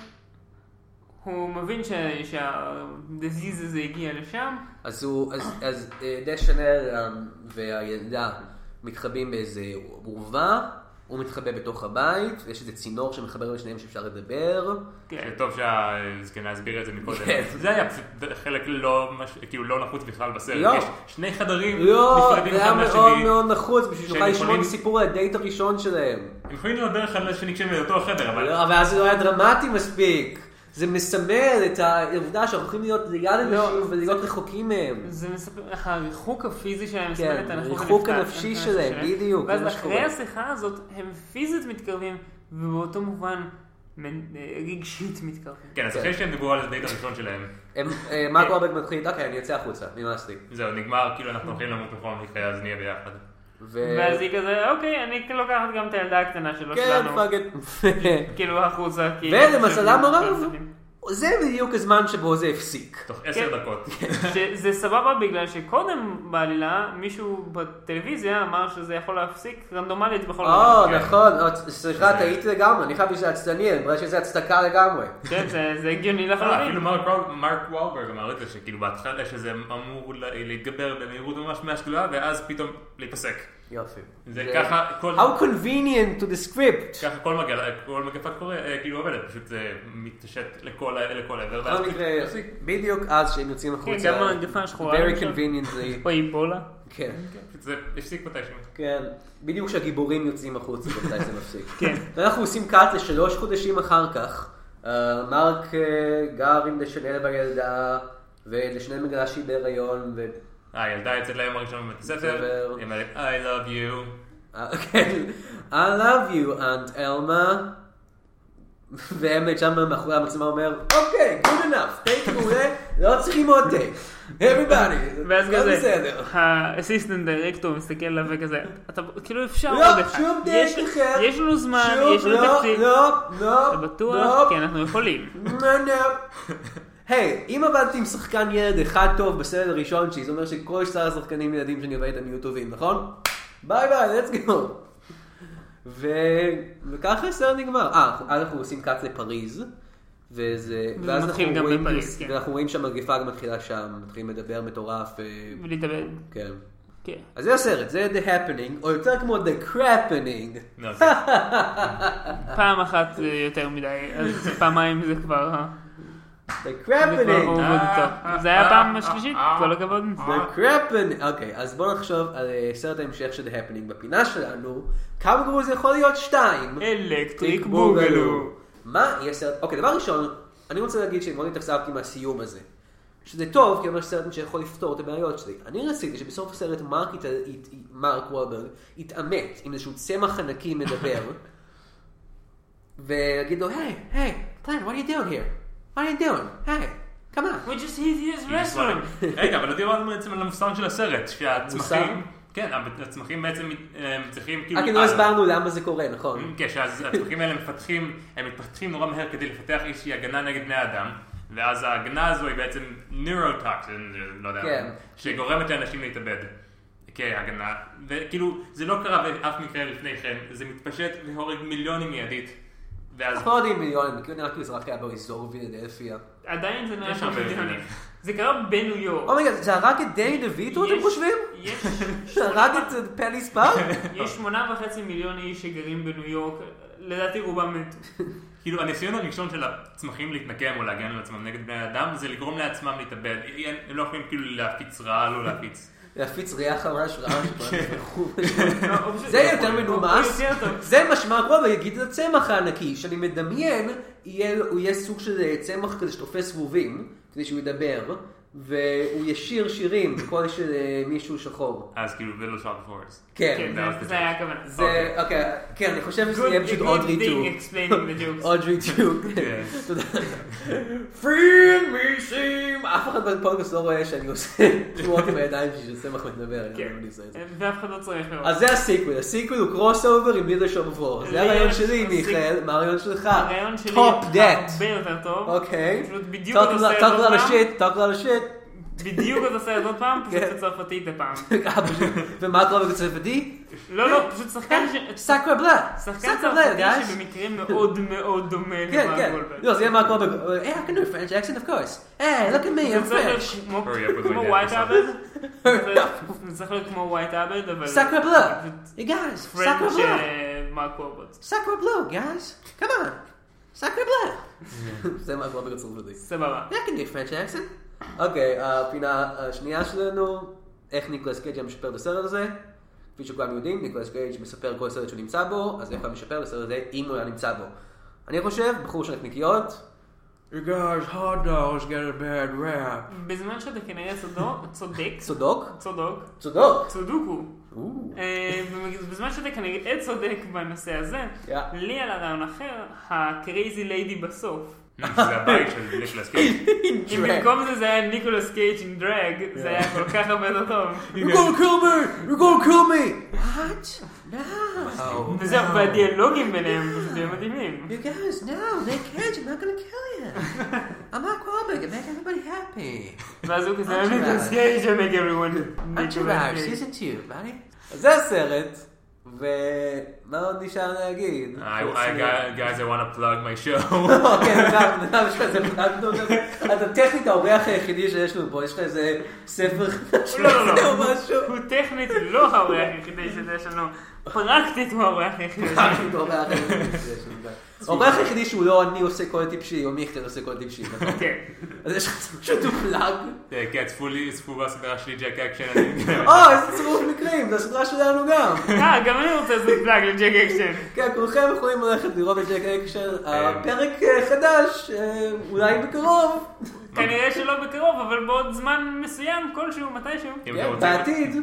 Speaker 3: הוא מבין שהדזיז הזה הגיע לשם,
Speaker 2: אז הוא, אז, אז אה, דשנר אה, והילדה מתחבאים באיזה אורווה, הוא מתחבא בתוך הבית, יש איזה צינור שמחבר בין שניהם שאפשר לדבר.
Speaker 3: כן.
Speaker 5: טוב שהזקנה הסבירה את זה מקודם.
Speaker 2: כן.
Speaker 5: זה היה פשוט חלק לא, מש- כאילו לא נחוץ בכלל בסרט.
Speaker 2: לא.
Speaker 5: יש שני חדרים
Speaker 2: לא,
Speaker 5: נפרדים
Speaker 2: זה
Speaker 5: אחד
Speaker 2: היה מאוד
Speaker 5: מהשני.
Speaker 2: מאוד נחוץ בשביל שנוכל
Speaker 5: שהם
Speaker 2: לשמוע את
Speaker 5: יכולים-
Speaker 2: סיפור הדייט הראשון שלהם.
Speaker 5: הם יכולים לדבר אחד לשני כשהם באותו חדר, אבל...
Speaker 2: לא, אבל אז זה לא היה דרמטי מספיק. זה מסמל את העובדה שאנחנו הולכים להיות
Speaker 3: לא.
Speaker 2: ליד אנשים ולהיות רחוקים מהם.
Speaker 3: זה מספר לך, הריחוק הפיזי שלהם מספר
Speaker 2: כן,
Speaker 3: את הריחוק
Speaker 2: הריחוק
Speaker 3: הנפשי
Speaker 2: הנפשי שלהם, בדיוק, זה
Speaker 3: ואז
Speaker 2: מה שקורה.
Speaker 3: אחרי השיחה הזאת, הם פיזית מתקרבים, ובאותו מובן, מנ- אה, רגשית מתקרבים.
Speaker 5: כן, אז
Speaker 2: כן.
Speaker 5: אחרי שהם דיברו על הדייט הראשון שלהם,
Speaker 2: הם, אה, מה קורה מתחיל? אוקיי, אני יוצא החוצה, נמאס לי.
Speaker 5: זהו, נגמר, כאילו אנחנו הולכים למות בכל מקרה, אז נהיה ביחד.
Speaker 2: ו-
Speaker 3: ואז היא כזה, אוקיי, אני לוקחת גם את הילדה הקטנה שלו
Speaker 2: אה, כן,
Speaker 3: שלנו.
Speaker 2: פאק את.
Speaker 3: כאילו החוצה, כי...
Speaker 2: ולמזלם הרב, זה בדיוק הזמן שבו זה הפסיק.
Speaker 5: תוך עשר דקות.
Speaker 2: כן.
Speaker 3: שזה סבבה בגלל שקודם בעלילה מישהו בטלוויזיה אמר שזה יכול להפסיק רנדומלית בכל
Speaker 2: או,
Speaker 3: רגע.
Speaker 2: נכון, אה, סליחה, טעיתי לגמרי, אני חייב שזה עצלני, אני רואה שזה הצדקה לגמרי.
Speaker 3: כן, זה- זה הגיוני
Speaker 5: אה, אפילו
Speaker 3: לחלוטין.
Speaker 5: מרק וול- מרק וולברג אמר את זה, שכאילו בהתחלה שזה אמור לה- להתגבר במהירות ממש מהשדולה, ואז פתאום להיפסק.
Speaker 2: יופי.
Speaker 5: זה ככה כל...
Speaker 2: How convenient to the script.
Speaker 5: ככה כל מגלה, כל מגפה קורה, אה, כאילו עובדת, פשוט זה מתעשת לכל ה- לכל העבר. ואז
Speaker 2: בכל מקרה,
Speaker 5: פתאום-
Speaker 2: בדיוק אז שהם יוצאים החוצה,
Speaker 3: כן, גם המגפה השחורה,
Speaker 2: very
Speaker 3: למשל.
Speaker 2: conveniently,
Speaker 3: או איבולה.
Speaker 2: כן,
Speaker 5: פשוט זה הפסיק מתישהו.
Speaker 2: כן, בדיוק כשהגיבורים יוצאים החוצה, מתי זה מפסיק.
Speaker 3: כן.
Speaker 2: ואנחנו עושים קאט לשלוש חודשים אחר כך, אה, מרק אה, גר עם דשנל והילדה, ודשנל מגלה שהיא בהיריון, ו...
Speaker 5: אה, הילדה יוצאת להם הראשון בבית הספר,
Speaker 2: בסדר.
Speaker 5: היא אומרת, I love you.
Speaker 2: אה, כן, I love you, אנט אלמה. ואמת שם מאחורי המצלמה אומר, אוקיי, good enough, טייק מעולה, לא צריכים עוד טייק. everybody,
Speaker 3: ואז
Speaker 2: הכל
Speaker 3: כזה,
Speaker 2: בסדר.
Speaker 3: האסיסטנט דירקטור מסתכל עליו וכזה, אתה כאילו אפשר
Speaker 2: לא,
Speaker 3: עוד אחד.
Speaker 2: שום
Speaker 3: יש-
Speaker 2: דייט אחר.
Speaker 3: יש לנו זמן,
Speaker 2: שוב,
Speaker 3: יש לנו
Speaker 2: לא,
Speaker 3: תקציב.
Speaker 2: לא, לא,
Speaker 3: אתה בטוח?
Speaker 2: לא,
Speaker 3: כן, אנחנו יכולים.
Speaker 2: לא, לא. היי, אם עבדתי עם שחקן ילד אחד טוב בסרט הראשון שלי, זה אומר שכל שאר השחקנים ילדים שאני עובד איתם יהיו טובים, נכון? ביי ביי, let's go. ו... וככה הסרט נגמר. אה, אז אנחנו עושים קאט לפריז, וזה...
Speaker 3: וזה
Speaker 2: ואז אנחנו
Speaker 3: מתחיל גם
Speaker 2: רואים-
Speaker 3: בפריז, כן.
Speaker 2: ואנחנו רואים שהמגפה גם מתחילה שם, מתחילים לדבר מטורף, אה,
Speaker 3: ולהתאבד.
Speaker 2: כן.
Speaker 3: כן.
Speaker 2: אז זה הסרט, זה The Happening, או יותר כמו The Crappening.
Speaker 5: לא, זה-
Speaker 3: פעם אחת זה יותר מדי, אז פעמיים זה כבר... אה,
Speaker 2: The
Speaker 3: זה כבר
Speaker 2: Crappening.
Speaker 3: עובד
Speaker 5: אה,
Speaker 3: טוב. זה היה פעם השלישית, כבר לא כבוד.
Speaker 2: The Crappin... אוקיי, אז בואו נחשוב על אה, סרט ההמשך של The Happening בפינה שלנו. כמה גרוע זה יכול להיות? שתיים.
Speaker 3: אלקטריק בוגלו.
Speaker 2: מה יהיה סרט... אוקיי, דבר ראשון, אני רוצה להגיד שמאוד התאכזבתי מהסיום הזה. שזה טוב, כי אומר שזה סרט שיכול לפתור את הבעיות שלי. אני רציתי שבסוף הסרט מרק, ית... ית... מרק וולברג יתעמת עם איזשהו צמח ענקי מדבר, ויגיד לו, היי, היי, פלן, what are you doing here? What are you doing? היי, come on.
Speaker 3: We just hit his restaurant.
Speaker 5: כאילו, רגע, אבל לא דיברנו בעצם על המוסר של הסרט, שהצמחים,
Speaker 2: מוסר?
Speaker 5: כן, הצמחים בעצם אה, הם צריכים כאילו...
Speaker 2: רק לא
Speaker 5: אז-
Speaker 2: הסברנו למה זה קורה, נכון?
Speaker 5: כן, שהצמחים האלה מפתחים, הם מתפתחים נורא מהר כדי לפתח איזושהי הגנה נגד בני אדם, ואז ההגנה הזו היא בעצם נוירוטוקסין, לא יודע,
Speaker 2: כן.
Speaker 5: שגורמת לאנשים להתאבד. כהגנה, וכאילו, זה לא קרה באף מקרה לפני כן, זה מתפשט והורג מיליונים מיידית. ואז
Speaker 2: אנחנו לא יודעים מיליונים, כאילו נראה כאילו זה רק היה באזור וילדלפיה.
Speaker 3: עדיין זה נראה
Speaker 5: יש הרבה
Speaker 3: שם
Speaker 5: הבדלים.
Speaker 3: בדיוני. זה קרה בניו יורק.
Speaker 2: אומייגד, זה הרג את דני דויטו אתם
Speaker 3: יש-
Speaker 2: חושבים?
Speaker 3: יש
Speaker 2: ירדת את פליס פארק?
Speaker 3: יש שמונה וחצי מיליון איש שגרים בניו יורק, לדעתי רובם מתו.
Speaker 5: כאילו הניסיון הראשון של הצמחים להתנקם או להגן על עצמם נגד בני אדם זה לגרום לעצמם להתאבד. הם לא יכולים כאילו להפיץ רעל או להפיץ.
Speaker 2: להפיץ ריח ממש רעש.
Speaker 3: כן. לא, או פשוט-
Speaker 2: זה יותר
Speaker 3: או- או
Speaker 2: מנומס,
Speaker 3: אוקיי, יותר טוב.
Speaker 2: זה משמע כמו ויגיד את הצמח הענקי, שאני מדמיין, יהיה- הוא יהיה סוג של אה, צמח כזה שתופס זבובים, כדי שהוא ידבר, והוא ישיר שירים בקול של אה, מישהו שחור.
Speaker 5: אז כאילו זה לא שרק פורס.
Speaker 2: כן,
Speaker 3: כן, זה- זה היה הכוונה.
Speaker 2: זה, אוקיי, כן, אני חושב שזה יהיה פשוט
Speaker 3: Good
Speaker 2: אודרי
Speaker 3: thing
Speaker 2: טו.
Speaker 3: explaining the jokes.
Speaker 2: אודרי טו,
Speaker 5: כן.
Speaker 2: תודה. פרינג מישים! אף אחד בפודקאסט לא רואה שאני עושה תנועות עם הידיים שלי של צמח מדבר, אני
Speaker 3: כן.
Speaker 2: לא מנסה את זה.
Speaker 3: ואף אחד לא צריך לראות.
Speaker 2: אז זה הסיקוויל, הסיקוויל הוא קרוס אובר עם לידר שום פור. זה הרעיון שלי,
Speaker 3: הסיקוויל-
Speaker 2: מיכאל, מה הרעיון שלך?
Speaker 3: הרעיון שלי
Speaker 2: טופ דאט.
Speaker 3: הרבה יותר טוב.
Speaker 2: אוקיי.
Speaker 3: פשוט בדיוק
Speaker 2: טוק
Speaker 3: אתה עושה את עוד
Speaker 2: על
Speaker 3: פעם.
Speaker 2: השיט, טוק על השיט.
Speaker 3: בדיוק אתה עושה את עוד פעם, פשוט
Speaker 2: כן.
Speaker 3: בצרפתית הפעם.
Speaker 2: ומה קורה בצרפתי?
Speaker 3: לא, לא, פשוט שחקן ש...
Speaker 2: סאקרה בלה.
Speaker 3: שחקן
Speaker 2: סאקרה בלה,
Speaker 3: צרפתי
Speaker 2: גאס.
Speaker 3: שבמקרה מאוד מאוד דומה
Speaker 2: כן,
Speaker 3: למרק
Speaker 2: כן.
Speaker 3: גולדברג.
Speaker 2: לא, זה יהיה מה קורה ב... היי, I can do French accent, of course. היי, look at me,
Speaker 3: זה
Speaker 2: I'm
Speaker 3: צריך להיות
Speaker 2: French.
Speaker 3: כמו-
Speaker 5: Hurry up with
Speaker 3: כמו
Speaker 5: my dad,
Speaker 3: ווייט
Speaker 5: son.
Speaker 3: עבד. זה צריך להיות כמו ווייט עבד, אבל... uh,
Speaker 2: סאקרה בלה.
Speaker 3: פשוט
Speaker 2: You guys, סאקרה
Speaker 3: פרנד
Speaker 2: בלה.
Speaker 3: של מרק וולברג.
Speaker 2: סאקרה בלה, guys. Come on. סאקרה בלה. זה מה קורה בצרפתי.
Speaker 3: סבבה.
Speaker 2: זה כנראה פרנץ' אקסן. אוקיי, הפינה השנייה שלנו, איך ניקולס קייג' היה משפר בסרט הזה. כפי שכולם יודעים, ניקולס קייג' מספר כל סרט שהוא נמצא בו, אז איך הוא היה משפר בסרט הזה, אם הוא היה נמצא בו. אני חושב, בחור של נקניקיות. You guys, hot dogs get a bad rap.
Speaker 3: בזמן שאתה כנראה צודו- צודק,
Speaker 2: צודוק?
Speaker 3: צודוק,
Speaker 2: צודוק.
Speaker 3: צודוקו.
Speaker 2: או.
Speaker 3: אה, בזמן שאתה כנראה צודק בנושא הזה,
Speaker 2: יא.
Speaker 3: לי על הרעיון אחר, הקרייזי ליידי בסוף.
Speaker 5: זה הבית של ניקולס קייג'.
Speaker 3: אם
Speaker 2: כן.
Speaker 3: במקום זה זה היה ניקולס קייג' עם דרג, זה היה כל כך הרבה יותר טוב.
Speaker 2: You're gonna kill me! You're gonna kill me! What? No!
Speaker 3: וזהו, והדיאלוגים ביניהם פשוט היו מדהימים.
Speaker 2: You guys, no, Nick Cage, I'm not gonna kill you. I'm not Wahlberg, I make everybody happy.
Speaker 3: ואז הוא כזה,
Speaker 2: Entourage.
Speaker 3: ניקולס קייג' ומג אבריוון.
Speaker 2: Entourage, season 2, buddy. אז זה הסרט, ומה עוד נשאר להגיד?
Speaker 5: guys, I want to plug my show.
Speaker 2: כן, גם, גם יש לך איזה פלנטון כזה. אתה טכנית האורח היחידי שיש לנו פה, יש לך איזה ספר חדש
Speaker 3: לא, לא,
Speaker 2: או
Speaker 3: לא.
Speaker 2: משהו.
Speaker 3: הוא טכנית לא האורח היחידי שזה יש לנו, פרקטית הוא האורח היחידי.
Speaker 2: טכנית האורח היחידי שיש לנו כאן. האורח היחידי שהוא לא אני עושה קול טיפשי, או מיכטר עושה קול טיפשי. נכון?
Speaker 3: כן.
Speaker 2: אז יש לך פשוט פלאג.
Speaker 5: כן, צפו לי, צפו בסדרה שלי ג'ק אקשן. אני-
Speaker 2: או, אה, איזה צירוף מקרים, זו הסדרה שלנו גם.
Speaker 3: אה, גם אני רוצה לעשות פלאג לג'ק אקשן.
Speaker 2: כן, כולכם יכולים ללכת לראות את ג'ק אקשן, הפרק אה, חדש, אה, אולי בקרוב,
Speaker 3: כנראה שלא בקרוב, אבל בעוד זמן מסוים, כלשהו, מתישהו.
Speaker 5: אם אתם
Speaker 2: כן,
Speaker 5: רוצים-
Speaker 2: בעתיד.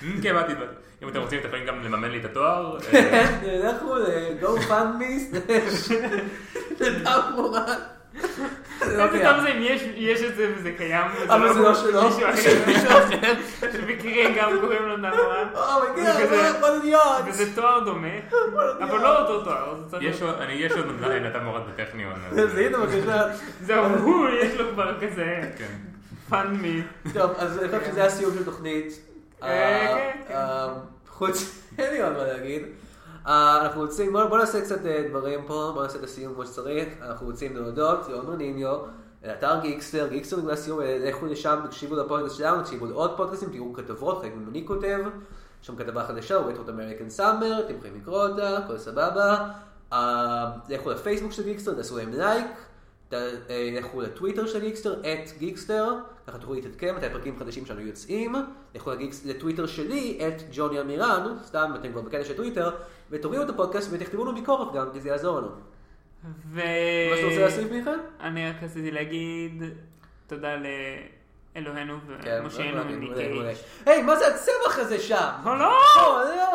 Speaker 5: Mm, כן, בעתיד. בעתיד. אם אתם רוצים, אתם יכולים גם לממן לי את התואר. אה,
Speaker 2: כן, לכו ל-GoFundMe, לדף מורן. זה לא
Speaker 3: איזה טוב
Speaker 2: קיים.
Speaker 3: זה אם יש- יש את זה וזה קיים.
Speaker 2: אבל זה לא שלו.
Speaker 3: מישהו אחר. שבקרה גם קוראים לו נאמרן. זה
Speaker 2: אומייגאד,
Speaker 3: כזה-
Speaker 2: Oh what an odds.
Speaker 3: וזה תואר דומה, אבל לא אותו תואר. זה צריך
Speaker 5: יש
Speaker 3: להיות-
Speaker 5: עוד, אני, יש עוד נתן מורד בטכניון. אז- אה,
Speaker 2: אז הנה בבקשה.
Speaker 3: זהו, הוא, יש לו כבר כזה
Speaker 5: כן.
Speaker 3: פאן מי.
Speaker 2: טוב, אז אני חושב שזה הסיום של תוכנית.
Speaker 3: אה,
Speaker 2: אה,
Speaker 3: כן,
Speaker 2: אה, חוץ, אין לי עוד מה להגיד. אה, אנחנו רוצים, בואו נעשה קצת אה, דברים פה, בואו נעשה את הסיום כמו שצריך. אנחנו רוצים להודות לעומר ניניו, לאתר גיקסטר, גיקסטר נגמר סיום, לכו לשם, תקשיבו לפודקאסט שלנו, תקשיבו לעוד פודקאסטים, תראו כתבות, חלק ממני כותב, יש שם כתבה חדשה, הוא בטרות אמריקן סאמר, אתם יכולים לקרוא אותה, הכל סבבה. אה, לכו לפייסבוק של גיקסטר, תעשו להם לייק. ת- אה, לכו לטוויטר של גיקסטר, את גיקסטר, ככה תוכלו להתעדכן מתי הפרקים החדשים שלנו יוצאים. לכו לגיקס- לטוויטר שלי, את ג'וני אמירן, סתם, אתם כבר בקטע של טוויטר, ותורידו את הפודקאסט ותכתבו לנו ביקורת גם, כי זה יעזור לנו.
Speaker 3: ו...
Speaker 2: מה שאתה רוצה להוסיף, מיכאל?
Speaker 3: אני רק רציתי להגיד תודה לאלוהינו
Speaker 2: כן,
Speaker 3: ומשה אלוהינו
Speaker 2: מעולה, מעולה.
Speaker 3: מקייג'.
Speaker 2: היי, מה זה הצמח הזה שם?
Speaker 3: לא!
Speaker 2: או, לא!